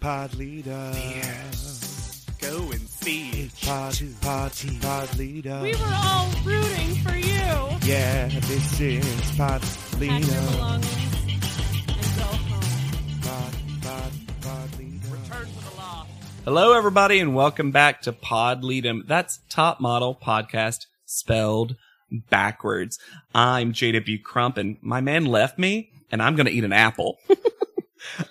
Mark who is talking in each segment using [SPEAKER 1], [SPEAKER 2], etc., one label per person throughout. [SPEAKER 1] Pod leader.
[SPEAKER 2] Go and see.
[SPEAKER 1] Pod, pod, pod leader.
[SPEAKER 3] We were all rooting for you.
[SPEAKER 1] yeah, this is pod
[SPEAKER 3] Pack
[SPEAKER 1] leader.
[SPEAKER 3] your belongings and go home.
[SPEAKER 1] Pod, pod, pod leader.
[SPEAKER 2] Hello, everybody, and welcome back to Pod Leadem. That's Top Model Podcast spelled backwards. I'm JW Crump, and my man left me, and I'm going to eat an apple.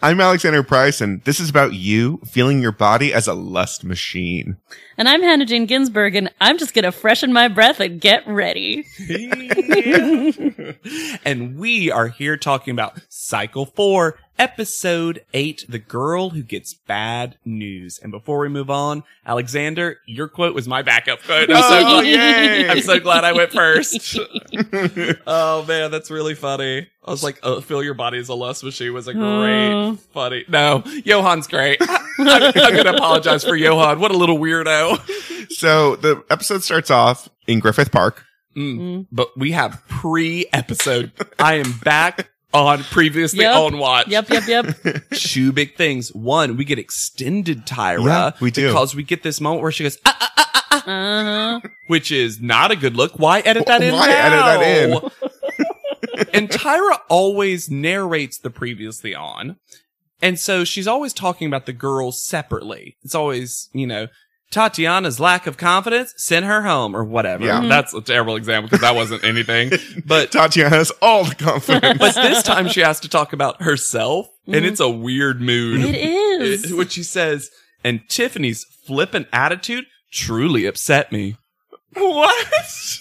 [SPEAKER 4] I'm Alexander Price, and this is about you feeling your body as a lust machine.
[SPEAKER 5] And I'm Hannah Jane Ginsburg, and I'm just gonna freshen my breath and get ready.
[SPEAKER 2] and we are here talking about Cycle 4, Episode 8 The Girl Who Gets Bad News. And before we move on, Alexander, your quote was my backup quote. I'm
[SPEAKER 5] Oh,
[SPEAKER 2] so glad-
[SPEAKER 4] yay!
[SPEAKER 2] I'm so glad I went first. oh man, that's really funny. I was like, oh, "Feel your body as a lust machine" was a great,
[SPEAKER 5] Oh.
[SPEAKER 2] funny. No, Johan's great. I'm, I'm gonna apologize for Johan. What a little weirdo.
[SPEAKER 4] So the episode starts off in Griffith Park.
[SPEAKER 2] Mm.
[SPEAKER 5] Mm.
[SPEAKER 2] But we have pre-episode. I am back on previously
[SPEAKER 5] Yep.
[SPEAKER 2] on watch.
[SPEAKER 5] Yep, yep, yep.
[SPEAKER 2] Two big things. One, we get extended Tyra.
[SPEAKER 4] Yeah, we do.
[SPEAKER 2] because we get this moment where she goes, ah, ah, ah, ah, ah,
[SPEAKER 5] Uh-huh.
[SPEAKER 2] which is not a good look. Why edit that in?
[SPEAKER 4] Why edit
[SPEAKER 2] now? and Tyra always narrates the previously on. And so she's always talking about the girls separately. It's always, you know, Tatiana's lack of confidence, send her home or whatever.
[SPEAKER 4] Yeah. Mhm.
[SPEAKER 2] That's a terrible example because that wasn't anything. But
[SPEAKER 4] Tatiana has all the confidence.
[SPEAKER 2] but this time she has to talk about herself and
[SPEAKER 5] Mhm.
[SPEAKER 2] it's a weird mood.
[SPEAKER 5] It is.
[SPEAKER 2] It- What she says, and Tiffany's flippant attitude truly upset me. What?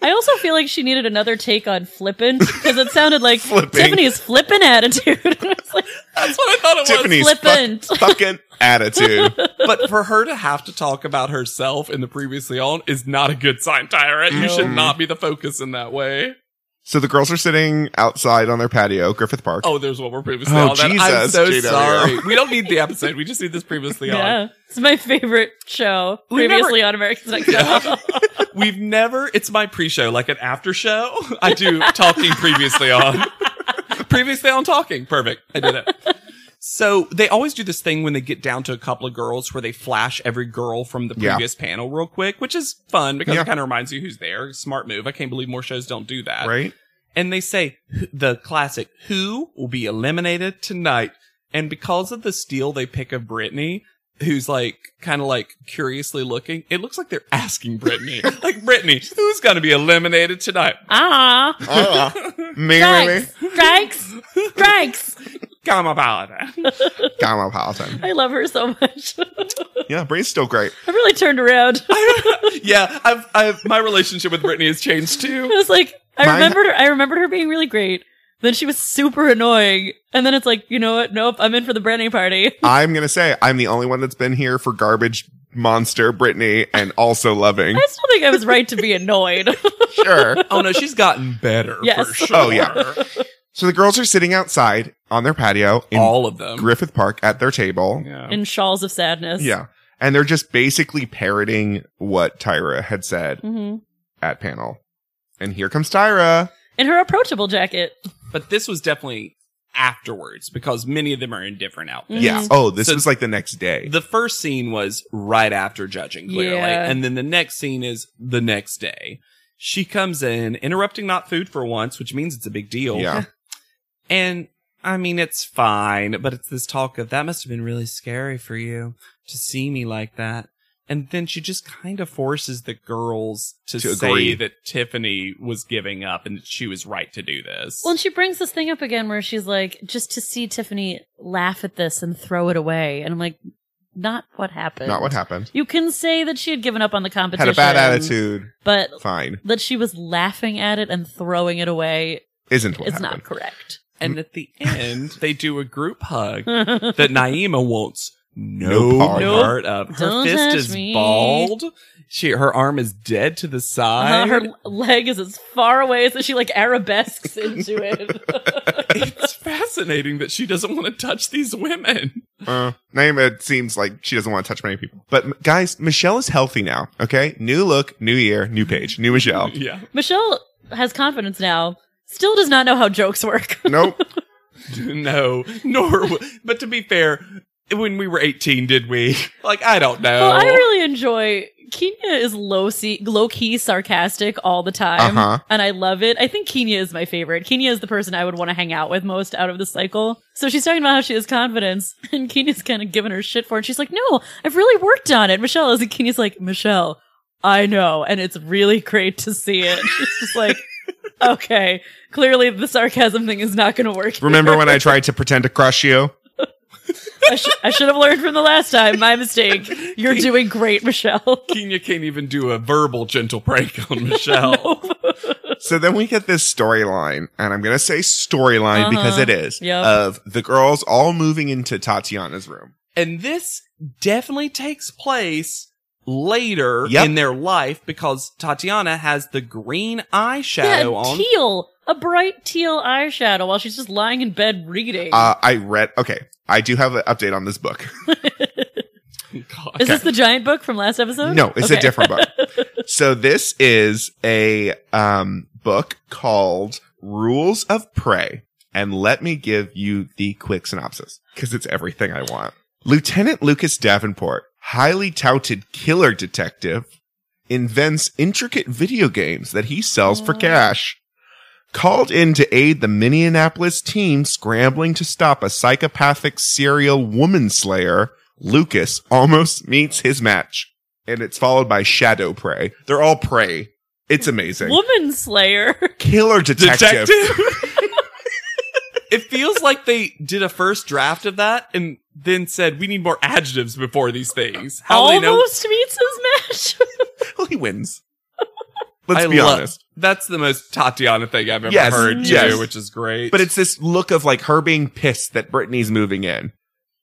[SPEAKER 5] I also feel like she needed another take on flippin' because it sounded like
[SPEAKER 4] Flipping.
[SPEAKER 5] Tiffany's flippin' attitude. It's like,
[SPEAKER 2] That's what I thought it was.
[SPEAKER 4] Tiffany's fuck,
[SPEAKER 5] flippant.
[SPEAKER 4] fucking attitude.
[SPEAKER 2] But for her to have to talk about herself in the previously on is not a good sign, Tyra. You should
[SPEAKER 4] Mm.
[SPEAKER 2] not be the focus in that way.
[SPEAKER 4] So the girls are sitting outside on their patio, Griffith Park.
[SPEAKER 2] Oh, there's what we're previously
[SPEAKER 4] Oh,
[SPEAKER 2] on. That- I'm
[SPEAKER 4] Jesus,
[SPEAKER 2] so
[SPEAKER 4] JWO.
[SPEAKER 2] sorry. We don't need the episode. We just need this previously on.
[SPEAKER 5] yeah, it's my favorite show.
[SPEAKER 2] We never-
[SPEAKER 5] Previously on America's Next Top Model.
[SPEAKER 2] We've never, it's my pre show, like an after show. I do talking previously on. previously on talking. Perfect. I did it. So they always do this thing when they get down to a couple of girls where they flash every girl from the
[SPEAKER 4] Yeah.
[SPEAKER 2] previous panel real quick, which is fun because
[SPEAKER 4] Yeah.
[SPEAKER 2] it kind of reminds you who's there. Smart move. I can't believe more shows don't do that.
[SPEAKER 4] Right?
[SPEAKER 2] And they say "Who- the classic who will be eliminated tonight. And because of the steal they pick of Brittany, who's like kind of like curiously looking, it looks like they're asking Brittany, like Brittany, who's going to be eliminated tonight?
[SPEAKER 5] Ah,
[SPEAKER 4] Uh, me, me, me.
[SPEAKER 5] strikes, strikes, strikes.
[SPEAKER 2] Come about it.
[SPEAKER 4] Cosmopolitan.
[SPEAKER 5] I love her so much.
[SPEAKER 4] Yeah, Bree's still great.
[SPEAKER 5] I really turned around. I
[SPEAKER 2] Yeah, I've, I've my relationship with Brittany has changed too.
[SPEAKER 5] was like, I
[SPEAKER 4] Mine-
[SPEAKER 5] remembered her. I remembered her being really great. Then she was super annoying, and then it's like, you know what? Nope, I'm in for the Brandy party.
[SPEAKER 4] I'm going to say I'm the only one that's been here for garbage monster Brittany and also loving.
[SPEAKER 5] I still think I was right to be annoyed.
[SPEAKER 4] Sure.
[SPEAKER 2] Oh no, she's gotten better
[SPEAKER 5] Yes.
[SPEAKER 2] for sure.
[SPEAKER 4] Oh, yeah. So the girls are sitting outside on their patio in
[SPEAKER 2] all of them.
[SPEAKER 4] Griffith Park at their table. Yeah.
[SPEAKER 2] Yeah.
[SPEAKER 5] in shawls of sadness.
[SPEAKER 4] And they're just basically parroting what Tyra had said
[SPEAKER 5] hmm
[SPEAKER 4] at panel. And here comes Tyra.
[SPEAKER 5] In her approachable jacket.
[SPEAKER 2] But this was definitely afterwards because many of them are in different
[SPEAKER 5] Mm-hmm.
[SPEAKER 2] outfits.
[SPEAKER 4] Yeah. Oh, this
[SPEAKER 2] So-
[SPEAKER 4] was like the next day.
[SPEAKER 2] The first scene was right after judging, clearly.
[SPEAKER 5] Yeah.
[SPEAKER 2] And then the next scene is the next day. She comes in, interrupting not food for once, which means it's a big deal.
[SPEAKER 4] yeah.
[SPEAKER 2] And I mean, it's fine, but it's this talk of that must have been really scary for you to see me like that. And then she just kind of forces the girls to,
[SPEAKER 4] To
[SPEAKER 2] say
[SPEAKER 4] agree.
[SPEAKER 2] that Tiffany was giving up and that she was right to do this.
[SPEAKER 5] Well, and she brings this thing up again where she's like, just to see Tiffany laugh at this and throw it away. And I'm like, not what happened.
[SPEAKER 4] Not what happened.
[SPEAKER 5] You can say that she had given up on the competition.
[SPEAKER 4] Had a bad attitude.
[SPEAKER 5] But
[SPEAKER 4] Fine.
[SPEAKER 5] that she was laughing at it and throwing it away
[SPEAKER 4] Isn't what
[SPEAKER 5] is not
[SPEAKER 4] happened.
[SPEAKER 5] correct.
[SPEAKER 2] And at the end, they do a group hug that Naima wants no,
[SPEAKER 4] No part
[SPEAKER 2] part,
[SPEAKER 4] of.
[SPEAKER 2] of. Her
[SPEAKER 5] Don't touch
[SPEAKER 2] fist is
[SPEAKER 5] me.
[SPEAKER 2] bald. She her arm is dead to the
[SPEAKER 5] Uh,
[SPEAKER 2] side.
[SPEAKER 5] her leg is as far away as she like arabesques into it.
[SPEAKER 2] it's fascinating that she doesn't want to touch these women.
[SPEAKER 4] Uh, Naima seems like she doesn't want to touch many people. But m- guys, Michelle is healthy now. Okay, new look, new year, new page, new Michelle.
[SPEAKER 2] Yeah.
[SPEAKER 5] Michelle has confidence now. Still does not know how jokes work.
[SPEAKER 4] nope.
[SPEAKER 2] No, nor w- but to be fair, when we were 18, did we? Like, I don't know.
[SPEAKER 5] Well, I really enjoy Kenya is low se- low key sarcastic all the time,
[SPEAKER 4] Uh-huh.
[SPEAKER 5] and I love it. I think Kenya is my favorite. Kenya is the person I would want to hang out with most out of the cycle. So she's talking about how she has confidence, and Kenya's kind of giving her shit for it. She's like, "No, I've really worked on it." Michelle is, and Kenya's like, "Michelle, I know, and it's really great to see it." She's just like, "Okay, clearly the sarcasm thing is not going to work."
[SPEAKER 4] Remember
[SPEAKER 5] here.
[SPEAKER 4] when I tried to pretend to crush you?
[SPEAKER 5] I, sh- I should have learned from the last time? My mistake. You're doing great, Michelle.
[SPEAKER 2] Kenya can't even do a verbal gentle prank on
[SPEAKER 5] Oh
[SPEAKER 2] Michelle.
[SPEAKER 4] So then we get this storyline, and I'm gonna say storyline
[SPEAKER 5] Uh-huh.
[SPEAKER 4] because it is
[SPEAKER 5] Yep.
[SPEAKER 4] of the girls all moving into Tatiana's room.
[SPEAKER 2] And this definitely takes place later
[SPEAKER 4] Yep.
[SPEAKER 2] in their life because Tatiana has the green eyeshadow
[SPEAKER 5] Yeah,
[SPEAKER 2] on.
[SPEAKER 5] teal, a bright teal eyeshadow while she's just lying in bed reading.
[SPEAKER 4] Uh, I read. Okay, I do have an update on this book.
[SPEAKER 2] God.
[SPEAKER 5] Is this the giant book from last episode?
[SPEAKER 4] No, it's a
[SPEAKER 5] Okay.
[SPEAKER 4] different book. so this is a um, book called Rules of Prey. And let me give you the quick synopsis because it's everything I want. Lieutenant Lucas Davenport, highly touted killer detective, invents intricate video games that he sells for cash. Called in to aid the Minneapolis team scrambling to stop a psychopathic serial woman slayer, Lucas almost meets his match. And it's followed by Shadow Prey. They're all prey. It's amazing.
[SPEAKER 5] Woman Slayer.
[SPEAKER 4] Killer detective.
[SPEAKER 2] it feels like they did a first draft of that and then said we need more adjectives before these things. How do they know?
[SPEAKER 5] Almost meets his match.
[SPEAKER 4] well, he wins. Let's
[SPEAKER 2] I
[SPEAKER 4] be
[SPEAKER 2] love-
[SPEAKER 4] honest.
[SPEAKER 2] That's the most Tatiana thing I've ever
[SPEAKER 4] Yes,
[SPEAKER 2] heard too,
[SPEAKER 4] yes.
[SPEAKER 2] which is great.
[SPEAKER 4] But it's this look of like her being pissed that Brittany's moving in.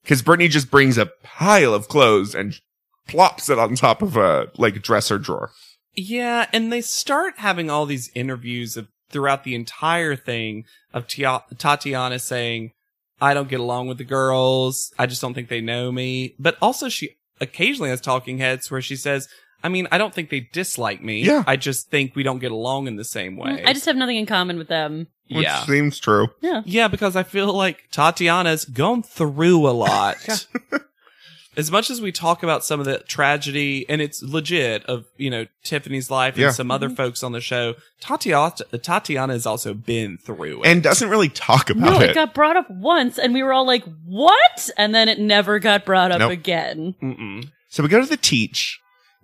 [SPEAKER 4] Cause Brittany just brings a pile of clothes and plops it on top of a like dresser drawer.
[SPEAKER 2] Yeah, and they start having all these interviews of throughout the entire thing of Tia- Tatiana saying, "I don't get along with the girls. I just don't think they know me." But also, she occasionally has talking heads where she says, "I mean, I don't think they dislike me.
[SPEAKER 4] Yeah.
[SPEAKER 2] I just think we don't get along in the same way."
[SPEAKER 5] I just have nothing in common with them.
[SPEAKER 4] Which
[SPEAKER 2] yeah.
[SPEAKER 4] seems true.
[SPEAKER 2] Yeah, because I feel like Tatiana's gone through a lot. As much as we talk about some of the tragedy, and it's legit of you know Tiffany's life and
[SPEAKER 4] Yeah.
[SPEAKER 2] some
[SPEAKER 5] Mm-hmm.
[SPEAKER 2] other folks on the show, Tatiana Tatiana has also been through it.
[SPEAKER 4] And doesn't really talk about
[SPEAKER 5] No,
[SPEAKER 4] it.
[SPEAKER 5] it got brought up once and we were all like, what? And then it never got brought up
[SPEAKER 4] Nope.
[SPEAKER 5] again.
[SPEAKER 2] Mm-mm.
[SPEAKER 4] so we go to the teach.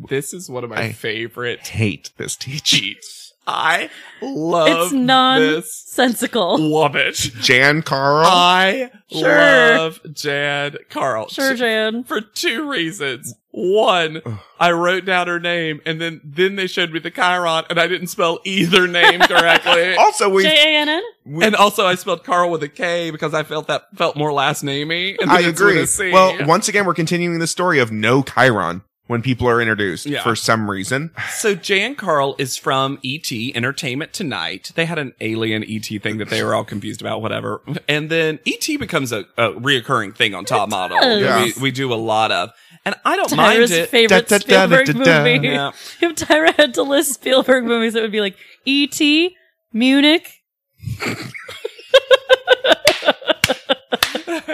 [SPEAKER 2] this is one of my
[SPEAKER 4] I-
[SPEAKER 2] favorite
[SPEAKER 4] Hate this teach.
[SPEAKER 2] cheats. I love this.
[SPEAKER 5] it's nonsensical.
[SPEAKER 2] Love it.
[SPEAKER 4] Jan Carl.
[SPEAKER 2] I
[SPEAKER 5] Sure.
[SPEAKER 2] love Jan Carl.
[SPEAKER 5] Sure, Jan.
[SPEAKER 2] for two reasons. One, I wrote down her name, and then then they showed me the Chiron, and I didn't spell either name correctly.
[SPEAKER 4] also, Oh, we
[SPEAKER 5] J A N N?
[SPEAKER 2] and also, I spelled Carl with a K because I felt that felt more last namey. And then
[SPEAKER 4] I
[SPEAKER 2] it's with
[SPEAKER 4] agree.
[SPEAKER 2] a C.
[SPEAKER 4] Well, once again, we're continuing the story of no Chiron when people are introduced
[SPEAKER 2] Yeah.
[SPEAKER 4] for some reason.
[SPEAKER 2] so Jan Carl is from ET Entertainment Tonight. They had an alien ET thing that they were all confused about, whatever. And then ET becomes a, a reoccurring thing on Top Model. that
[SPEAKER 5] does.
[SPEAKER 4] Yeah.
[SPEAKER 2] We, we do a lot of, and I don't
[SPEAKER 5] Tyra's
[SPEAKER 2] mind it.
[SPEAKER 5] favorite
[SPEAKER 4] Da, da, da, da,
[SPEAKER 5] Spielberg
[SPEAKER 4] da, da.
[SPEAKER 5] movie.
[SPEAKER 2] Yeah.
[SPEAKER 5] If Tyra had to list Spielberg movies, it would be like E.T., Munich.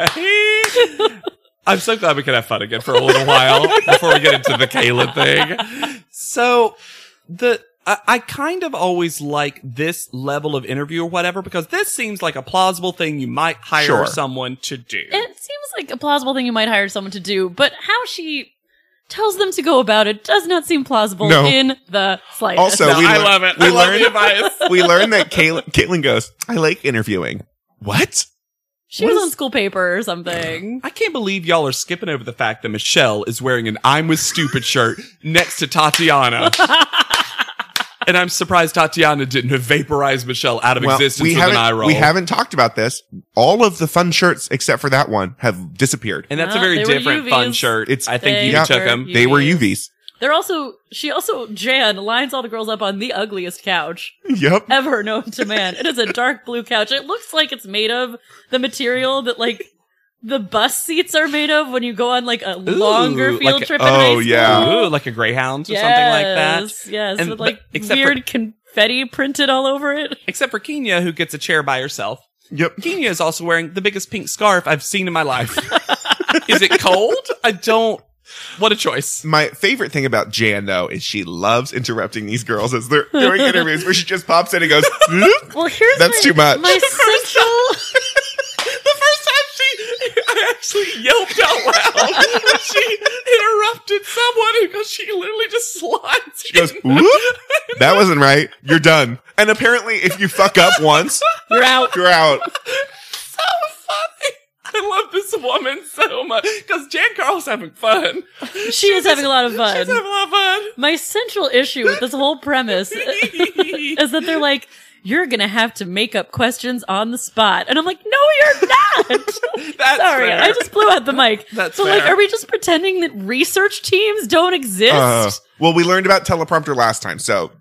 [SPEAKER 2] I'm so glad we can have fun again for a little while before we get into the Kayla thing. So the I, I kind of always like this level of interview or whatever because this seems like a plausible thing you might hire
[SPEAKER 4] Sure.
[SPEAKER 2] someone to do.
[SPEAKER 5] It seems like a plausible thing you might hire someone to do, but how she tells them to go about it does not seem plausible
[SPEAKER 4] No.
[SPEAKER 5] in the slightest.
[SPEAKER 4] Also,
[SPEAKER 2] No,
[SPEAKER 4] we
[SPEAKER 2] I
[SPEAKER 4] lear-
[SPEAKER 2] love it.
[SPEAKER 4] we
[SPEAKER 2] I love
[SPEAKER 4] learned-
[SPEAKER 2] the advice.
[SPEAKER 4] we learn that Caitlin, Caitlin goes, I like interviewing. What?
[SPEAKER 5] she was on school paper or something.
[SPEAKER 2] I can't believe y'all are skipping over the fact that Michelle is wearing an I'm with stupid shirt next to Tatiana. and I'm surprised Tatiana didn't have vaporized Michelle out of existence
[SPEAKER 4] we
[SPEAKER 2] with an eye
[SPEAKER 4] haven't,
[SPEAKER 2] roll.
[SPEAKER 4] we haven't talked about this. all of the fun shirts except for that one have disappeared.
[SPEAKER 2] And that's a
[SPEAKER 5] No,
[SPEAKER 2] very
[SPEAKER 5] they were
[SPEAKER 2] different fun
[SPEAKER 5] UVs.
[SPEAKER 2] shirt.
[SPEAKER 4] It's-
[SPEAKER 2] I think
[SPEAKER 5] They
[SPEAKER 2] you
[SPEAKER 4] were
[SPEAKER 2] took them.
[SPEAKER 5] UVs.
[SPEAKER 4] They were UVs.
[SPEAKER 5] They're also she also Jan lines all the girls up on the ugliest couch
[SPEAKER 4] Yep.
[SPEAKER 5] ever known to man. It is a dark blue couch. It looks like it's made of the material that like the bus seats are made of when you go on like a longer
[SPEAKER 2] like
[SPEAKER 5] field
[SPEAKER 2] a-
[SPEAKER 5] trip.
[SPEAKER 4] oh,
[SPEAKER 5] in high school.
[SPEAKER 4] yeah.
[SPEAKER 2] Ooh, like a greyhound or something like that.
[SPEAKER 5] Yes, Yes,
[SPEAKER 2] And
[SPEAKER 5] with
[SPEAKER 2] but-
[SPEAKER 5] like
[SPEAKER 2] except for-
[SPEAKER 5] weird confetti printed all over it.
[SPEAKER 2] Except for Kenya, who gets a chair by herself.
[SPEAKER 4] Yep.
[SPEAKER 2] Kenya is also wearing the biggest pink scarf I've seen in my life. is it cold? I don't. What a choice.
[SPEAKER 4] My favorite thing about Jan though is she loves interrupting these girls as they're doing interviews where she just pops in and goes, "Bloop."
[SPEAKER 5] Well, here's
[SPEAKER 4] That's
[SPEAKER 5] my-
[SPEAKER 4] too much.
[SPEAKER 5] My central.
[SPEAKER 2] The first time she, I actually yelped out loud when she interrupted someone because she literally just slides.
[SPEAKER 4] she goes, "Whoop. That wasn't right. You're done." And apparently if you fuck up once,
[SPEAKER 5] You're out.
[SPEAKER 4] you're out.
[SPEAKER 2] so funny. I love this woman so much because Jan Carl's having fun.
[SPEAKER 5] She, is having a lot of
[SPEAKER 2] She's
[SPEAKER 5] fun.
[SPEAKER 2] having a lot of fun.
[SPEAKER 5] my central issue with this whole premise is that they're like, you're gonna have to make up questions on the spot, and I'm like, no, you're not.
[SPEAKER 2] That's
[SPEAKER 5] Sorry,
[SPEAKER 2] fair.
[SPEAKER 5] I just blew out the mic.
[SPEAKER 2] That's
[SPEAKER 5] but like,
[SPEAKER 2] fair.
[SPEAKER 5] are we just pretending that research teams don't exist?
[SPEAKER 4] Uh, well, we learned about teleprompter last time, so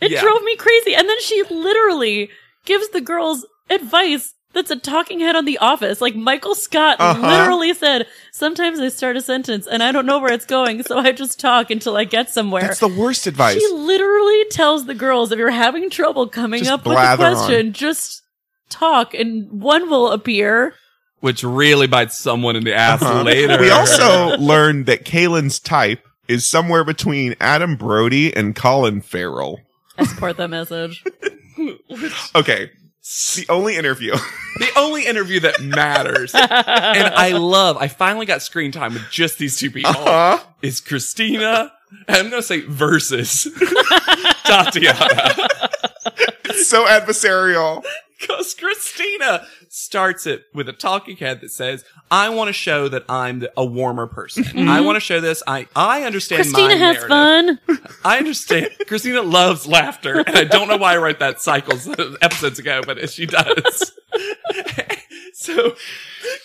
[SPEAKER 5] It
[SPEAKER 2] Yeah.
[SPEAKER 5] drove me crazy. And then she literally gives the girls advice that's a talking head on The Office. Like Michael Scott
[SPEAKER 4] Uh-huh.
[SPEAKER 5] literally said, Sometimes I start a sentence and I don't know where it's going, so I just talk until I get somewhere.
[SPEAKER 4] that's the worst advice.
[SPEAKER 5] She literally tells the girls if you're having trouble coming
[SPEAKER 4] Just
[SPEAKER 5] up with a
[SPEAKER 4] blather on.
[SPEAKER 5] question, just talk and one will appear.
[SPEAKER 2] Which really bites someone in the ass
[SPEAKER 4] Uh-huh.
[SPEAKER 2] later.
[SPEAKER 4] We also learned that Kalen's type is somewhere between Adam Brody and Colin Farrell.
[SPEAKER 5] I support that message.
[SPEAKER 4] Okay. The only interview.
[SPEAKER 2] the only interview that matters. and I love, I finally got screen time with just these two people.
[SPEAKER 4] Uh-huh.
[SPEAKER 2] Is Christina, and I'm going to say versus Tatiana.
[SPEAKER 4] so adversarial.
[SPEAKER 2] Because Christina starts it with a talking head that says, I want to show that I'm the, a warmer person. I want to show this. I, I understand my
[SPEAKER 5] Mm-hmm. Christina has
[SPEAKER 2] narrative.
[SPEAKER 5] fun.
[SPEAKER 2] I understand. Christina loves laughter, and I don't know why I wrote that cycles uh, episodes ago, but she does. so,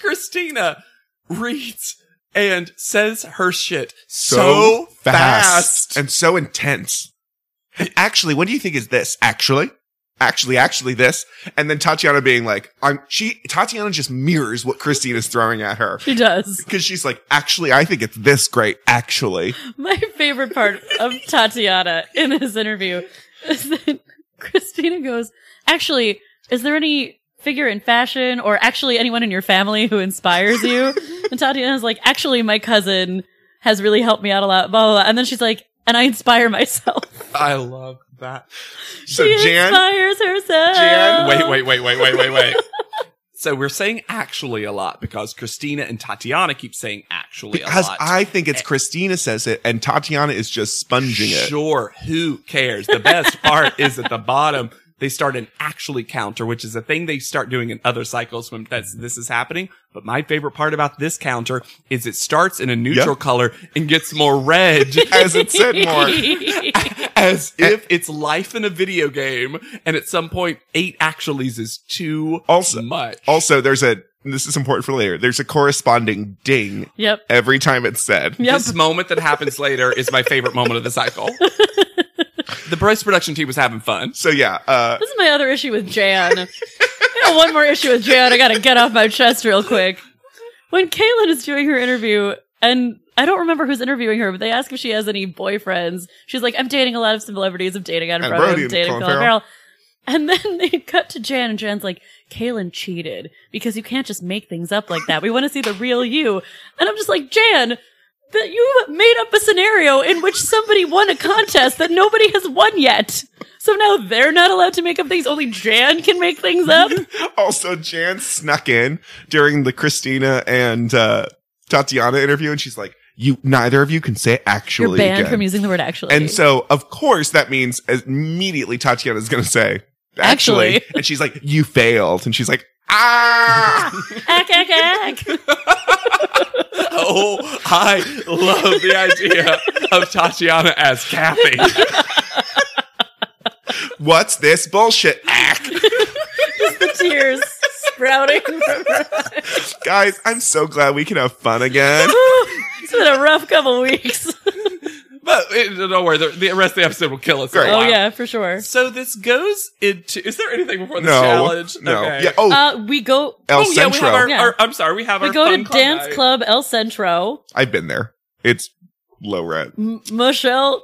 [SPEAKER 2] Christina reads and says her shit so, fast.
[SPEAKER 4] and so intense. Actually, what do you think is this? Actually, actually, actually, this. And then Tatiana being like, "I'm." She Tatiana just mirrors what Christine is throwing at her
[SPEAKER 5] She does.
[SPEAKER 4] because she's like, "Actually, I think it's this great." Actually,
[SPEAKER 5] My favorite part of Tatiana in this interview is that Christina goes, Actually, is there any figure in fashion or actually anyone in your family who inspires you? and Tatiana's like, Actually, my cousin has really helped me out a lot, blah, blah, blah. And then she's like, And I inspire myself.
[SPEAKER 2] I love that.
[SPEAKER 4] so
[SPEAKER 5] she
[SPEAKER 4] Oh, Jan,
[SPEAKER 5] inspires herself.
[SPEAKER 4] Jan,
[SPEAKER 2] Wait, wait, wait, wait, wait, wait, wait. so we're saying actually a lot because Christina and Tatiana keep saying actually a
[SPEAKER 4] because
[SPEAKER 2] lot.
[SPEAKER 4] I think it's Christina says it, and Tatiana is just sponging it.
[SPEAKER 2] Sure, who cares? The best part is at the bottom. They start an actually counter, which is a thing they start doing in other cycles when that's, this is happening. But my favorite part about this counter is it starts in a neutral color and gets more red
[SPEAKER 4] As it said more.
[SPEAKER 2] as if it's life in a video game. And at some point, eight actuallys is too
[SPEAKER 4] Also-
[SPEAKER 2] much.
[SPEAKER 4] Also, there's a this is important for later. There's a corresponding ding
[SPEAKER 5] Yep.
[SPEAKER 4] every time it's said.
[SPEAKER 5] Yep.
[SPEAKER 2] This moment that happens later is my favorite moment of the cycle. the Bryce production team was having fun.
[SPEAKER 4] So yeah, uh,
[SPEAKER 5] This is my other issue with Jan. I got one more issue with Jan. I gotta get off my chest real quick. When Kaylin is doing her interview, and I don't remember who's interviewing her, but they ask if she has any boyfriends. She's like, I'm dating a lot of celebrities. I'm dating Adam
[SPEAKER 4] And
[SPEAKER 5] Brody.
[SPEAKER 4] Brody
[SPEAKER 5] I'm
[SPEAKER 4] and
[SPEAKER 5] dating
[SPEAKER 4] Colin
[SPEAKER 5] Colin
[SPEAKER 4] Farrell.
[SPEAKER 5] Farrell. And then they cut to Jan, and Jan's like, Kaylin cheated because you can't just make things up like that. We want to see the real you. And I'm just like, Jan, that you made up a scenario in which somebody won a contest that nobody has won yet. So now they're not allowed to make up things. Only Jan can make things up.
[SPEAKER 4] also Jan snuck in during the Christina and uh, Tatiana interview, and she's like, "You neither of you can say
[SPEAKER 5] You're
[SPEAKER 4] actually."
[SPEAKER 5] banned
[SPEAKER 4] again."
[SPEAKER 5] from using the word actually.
[SPEAKER 4] And so, of course, that means immediately Tatiana's going to say,
[SPEAKER 5] Actually.
[SPEAKER 4] "Actually," and she's like, "You failed," and she's like, "Ah!"
[SPEAKER 5] ack, ack, ack.
[SPEAKER 2] Oh, I love the idea of Tatiana as Kathy.
[SPEAKER 4] What's this bullshit? Ack.
[SPEAKER 5] Tears Sprouting.
[SPEAKER 4] Guys, I'm so glad we can have fun again.
[SPEAKER 5] it's been a rough couple weeks.
[SPEAKER 2] But it, don't worry, the, the rest of the episode will kill us. in a
[SPEAKER 4] Great.
[SPEAKER 5] Oh,
[SPEAKER 2] while.
[SPEAKER 5] yeah, for sure.
[SPEAKER 2] So this goes into. Is there anything before the
[SPEAKER 4] no.
[SPEAKER 2] challenge?
[SPEAKER 4] No.
[SPEAKER 2] Okay.
[SPEAKER 4] Yeah. Oh,
[SPEAKER 5] Uh, we go.
[SPEAKER 4] El
[SPEAKER 2] oh, yeah, we
[SPEAKER 4] Centro.
[SPEAKER 2] have our,
[SPEAKER 5] Yeah.
[SPEAKER 2] our- I'm sorry, we have
[SPEAKER 5] We
[SPEAKER 2] our
[SPEAKER 5] go
[SPEAKER 2] fun
[SPEAKER 5] to dance
[SPEAKER 2] night.
[SPEAKER 5] club El Centro.
[SPEAKER 4] I've been there. It's low rent.
[SPEAKER 5] M- Michelle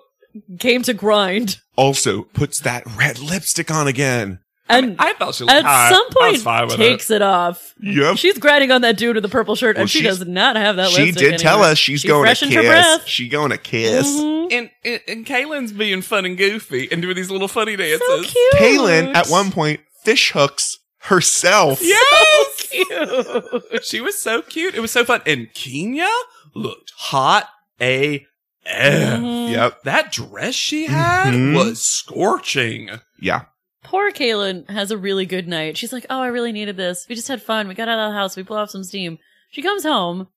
[SPEAKER 5] came to grind,
[SPEAKER 4] Also, puts that red lipstick on again.
[SPEAKER 5] and
[SPEAKER 2] I felt she was
[SPEAKER 5] at
[SPEAKER 2] hot.
[SPEAKER 5] some
[SPEAKER 2] I was fine
[SPEAKER 5] point
[SPEAKER 2] with
[SPEAKER 5] takes it. off.
[SPEAKER 4] Yep.
[SPEAKER 5] She's grinding on that dude with the purple shirt,
[SPEAKER 4] Well,
[SPEAKER 5] and she
[SPEAKER 4] she's-
[SPEAKER 5] does not have that.
[SPEAKER 4] She
[SPEAKER 5] lipstick
[SPEAKER 4] did tell
[SPEAKER 5] anymore.
[SPEAKER 4] us she's
[SPEAKER 5] She
[SPEAKER 4] going to
[SPEAKER 5] freshened her
[SPEAKER 4] kiss.
[SPEAKER 5] breath.
[SPEAKER 4] She going to kiss.
[SPEAKER 5] Mhm.
[SPEAKER 2] it. And, and and Kaylin's being fun and goofy and doing these little funny dances.
[SPEAKER 5] So cute.
[SPEAKER 4] Palin at one point fish hooks herself.
[SPEAKER 2] Yes,
[SPEAKER 5] Cute.
[SPEAKER 2] she was so cute. It was so fun. And Kenya looked hot a f.
[SPEAKER 5] Mhm.
[SPEAKER 4] Yep.
[SPEAKER 2] That dress she had
[SPEAKER 4] Mhm.
[SPEAKER 2] was scorching.
[SPEAKER 4] Yeah.
[SPEAKER 5] Poor Kaylin has a really good night. She's like, "Oh, I really needed this. We just had fun. We got out of the house. We blew off some steam." She comes home,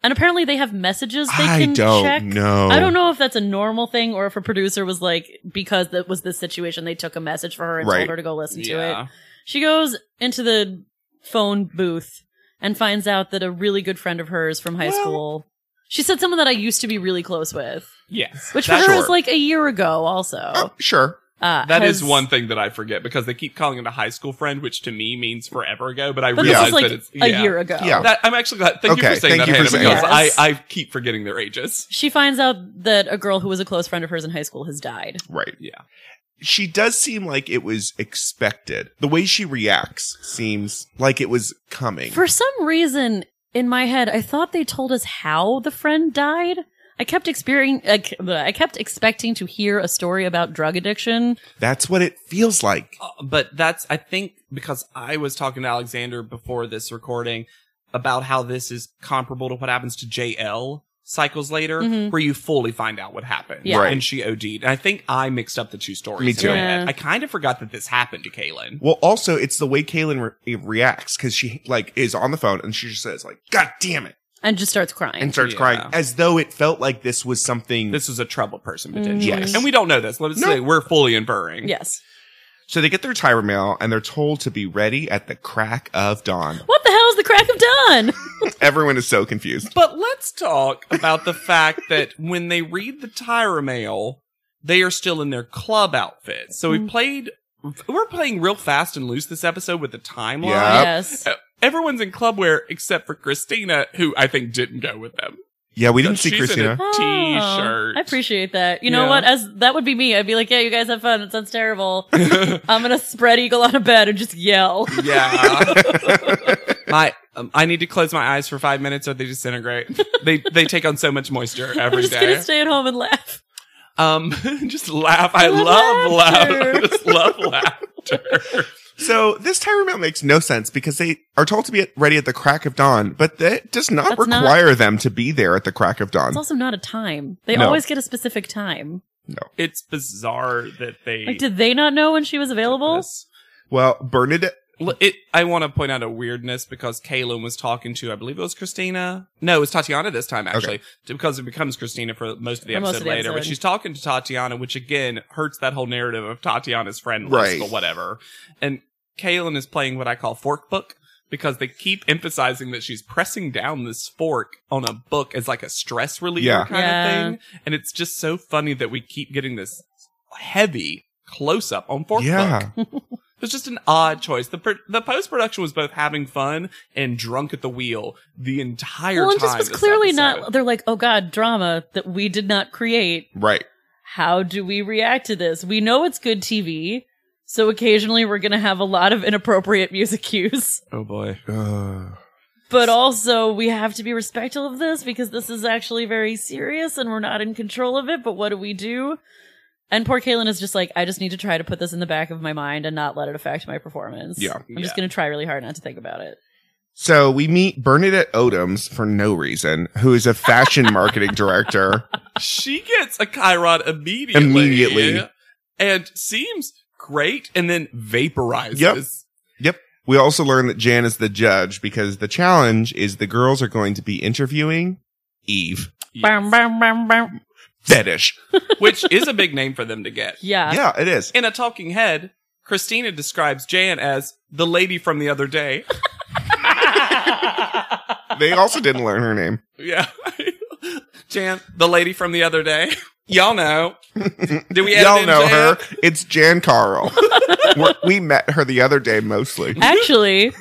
[SPEAKER 5] and apparently they have messages they
[SPEAKER 4] I
[SPEAKER 5] can
[SPEAKER 4] don't
[SPEAKER 5] check.
[SPEAKER 4] know.
[SPEAKER 5] I don't know if that's a normal thing or if a producer was like, because that was this situation, they took a message for her and
[SPEAKER 4] Right.
[SPEAKER 5] told her to go listen to
[SPEAKER 2] Yeah.
[SPEAKER 5] it. She goes into the phone booth and finds out that a really good friend of hers from high
[SPEAKER 2] Well-
[SPEAKER 5] school. She said someone that I used to be really close with,
[SPEAKER 2] Yes,
[SPEAKER 5] which
[SPEAKER 2] That-
[SPEAKER 5] for her
[SPEAKER 4] Sure.
[SPEAKER 5] was like a year ago. Also,
[SPEAKER 4] Oh, sure.
[SPEAKER 5] uh,
[SPEAKER 2] That is
[SPEAKER 5] has-
[SPEAKER 2] one thing that I forget because they keep calling it a high school friend, which to me means forever ago. But I
[SPEAKER 5] But
[SPEAKER 2] realize
[SPEAKER 5] this is like
[SPEAKER 2] that it's
[SPEAKER 5] a
[SPEAKER 2] yeah.
[SPEAKER 5] year ago.
[SPEAKER 4] Yeah.
[SPEAKER 2] That, I'm actually glad. Thank you
[SPEAKER 4] Okay,
[SPEAKER 2] for saying
[SPEAKER 4] thank
[SPEAKER 2] that,
[SPEAKER 4] you for
[SPEAKER 2] Hannah,
[SPEAKER 4] saying
[SPEAKER 2] because
[SPEAKER 5] that.
[SPEAKER 2] I, I keep forgetting their ages.
[SPEAKER 5] She finds out that a girl who was a close friend of hers in high school has died.
[SPEAKER 4] Right.
[SPEAKER 2] Yeah.
[SPEAKER 4] She does seem like it was expected. The way she reacts seems like it was coming.
[SPEAKER 5] For some reason, in my head, I thought they told us how the friend died. I kept experiencing, I ke- bleh, I kept expecting to hear a story about drug addiction.
[SPEAKER 4] That's what it feels like.
[SPEAKER 2] Uh, but that's I think because I was talking to Alexander before this recording about how this is comparable to what happens to JL cycles later,
[SPEAKER 5] Mhm.
[SPEAKER 2] where you fully find out what happened.
[SPEAKER 5] Yeah.
[SPEAKER 4] Right.
[SPEAKER 2] And she OD'd. And I think I mixed up the two stories.
[SPEAKER 4] Me
[SPEAKER 2] in
[SPEAKER 4] too.
[SPEAKER 2] my head.
[SPEAKER 5] Yeah.
[SPEAKER 2] I kind of forgot that this happened to Kaylin.
[SPEAKER 4] Well, also, it's the way Kaylin re- reacts because she like is on the phone and she just says like, "God damn it,"
[SPEAKER 5] And just starts crying.
[SPEAKER 4] and starts
[SPEAKER 2] Yeah.
[SPEAKER 4] crying as though it felt like this was something.
[SPEAKER 2] This is a trouble person potentially.
[SPEAKER 4] Mm. Yes.
[SPEAKER 2] And we don't know this. Let's
[SPEAKER 4] No.
[SPEAKER 2] say we're fully inferring.
[SPEAKER 5] yes.
[SPEAKER 4] so they get their tire mail and they're told to be ready at the crack of dawn.
[SPEAKER 5] What the hell is the crack of dawn?
[SPEAKER 4] Everyone is so confused.
[SPEAKER 2] But let's talk about the fact that when they read the Tyra mail, they are still in their club outfits. So we played, we're playing real fast and loose this episode with the timeline.
[SPEAKER 4] Yeah. Up.
[SPEAKER 5] Yes.
[SPEAKER 2] Uh, Everyone's in club wear except for Christina, who I think didn't go with them.
[SPEAKER 4] Yeah, we didn't see
[SPEAKER 2] She's in
[SPEAKER 4] Christina.
[SPEAKER 2] it. T-shirt.
[SPEAKER 5] Oh, I appreciate that. You know
[SPEAKER 2] Yeah.
[SPEAKER 5] what? As that would be me. I'd be like, "Yeah, you guys have fun. It sounds terrible. I'm gonna spread eagle on a bed and just yell."
[SPEAKER 2] Yeah. my, um, I need to close my eyes for five minutes or they disintegrate. they, they take on so much moisture
[SPEAKER 5] I'm
[SPEAKER 2] every day.
[SPEAKER 5] just gonna stay at home and laugh.
[SPEAKER 2] um, just laugh. I love
[SPEAKER 5] love
[SPEAKER 2] laughter.
[SPEAKER 5] laughter.
[SPEAKER 2] just love laughter.
[SPEAKER 4] So this tire mail makes no sense because they are told to be at- ready at the crack of dawn, but that does not
[SPEAKER 5] That's not-
[SPEAKER 4] require them to be there at the crack of dawn.
[SPEAKER 5] It's also not a time. They
[SPEAKER 4] No.
[SPEAKER 5] always get a specific time.
[SPEAKER 2] it's bizarre that they
[SPEAKER 5] Like, did they not know when she was available?
[SPEAKER 2] this.
[SPEAKER 4] well, Bernadette,
[SPEAKER 2] L- It, I want to point out a weirdness because Kaylin was talking to, I believe it was Christina. No, it was Tatiana this time, actually, t- because it becomes Christina for most of the
[SPEAKER 5] For most
[SPEAKER 2] episode
[SPEAKER 5] of the
[SPEAKER 2] later. But
[SPEAKER 5] episode.
[SPEAKER 2] she's talking to Tatiana, which again hurts that whole narrative of Tatiana's friend list
[SPEAKER 4] Right.
[SPEAKER 2] or whatever. And Kaylin is playing what I call fork book because they keep emphasizing that she's pressing down this fork on a book as like a stress reliever
[SPEAKER 4] Yeah.
[SPEAKER 2] kind
[SPEAKER 5] Yeah.
[SPEAKER 2] of thing. And it's just so funny that we keep getting this heavy close up on fork book.
[SPEAKER 4] yeah,
[SPEAKER 2] It was just an odd choice. The pr- the post production was both having fun and drunk at the wheel the entire time.
[SPEAKER 5] Well, it just was
[SPEAKER 2] this
[SPEAKER 5] clearly not.
[SPEAKER 2] episode.
[SPEAKER 5] They're like, oh god, drama that we did not create.
[SPEAKER 4] right.
[SPEAKER 5] How do we react to this? We know it's good TV, so occasionally we're gonna have a lot of inappropriate music cues.
[SPEAKER 2] Oh boy.
[SPEAKER 4] Uh,
[SPEAKER 5] But also, we have to be respectful of this because this is actually very serious and we're not in control of it. But what do we do? And poor Kaylin is just like, I just need to try to put this in the back of my mind and not let it affect my performance.
[SPEAKER 4] Yeah.
[SPEAKER 5] I'm just going to try really hard not to think about it.
[SPEAKER 4] so we meet Bernadette Odoms for no reason, who is a fashion marketing director.
[SPEAKER 2] She gets a Chiron immediately.
[SPEAKER 4] Immediately.
[SPEAKER 2] And seems great and then vaporizes.
[SPEAKER 4] Yep. We also learn that Jan is the judge because the challenge is the girls are going to be interviewing Eve
[SPEAKER 5] Bam, bam, bam, bam.
[SPEAKER 4] Fetish.
[SPEAKER 2] Which is a big name for them to get.
[SPEAKER 5] Yeah.
[SPEAKER 4] yeah, it is.
[SPEAKER 2] In a talking head, Christina describes Jan as the lady from the other day.
[SPEAKER 4] They also didn't learn her name.
[SPEAKER 2] Yeah. Jan, the lady from the other day. Y'all know. Do we edit
[SPEAKER 4] Y'all
[SPEAKER 2] in
[SPEAKER 4] know
[SPEAKER 2] Jan?
[SPEAKER 4] her. It's Jan Carl. We're- we met her the other day mostly.
[SPEAKER 5] Actually,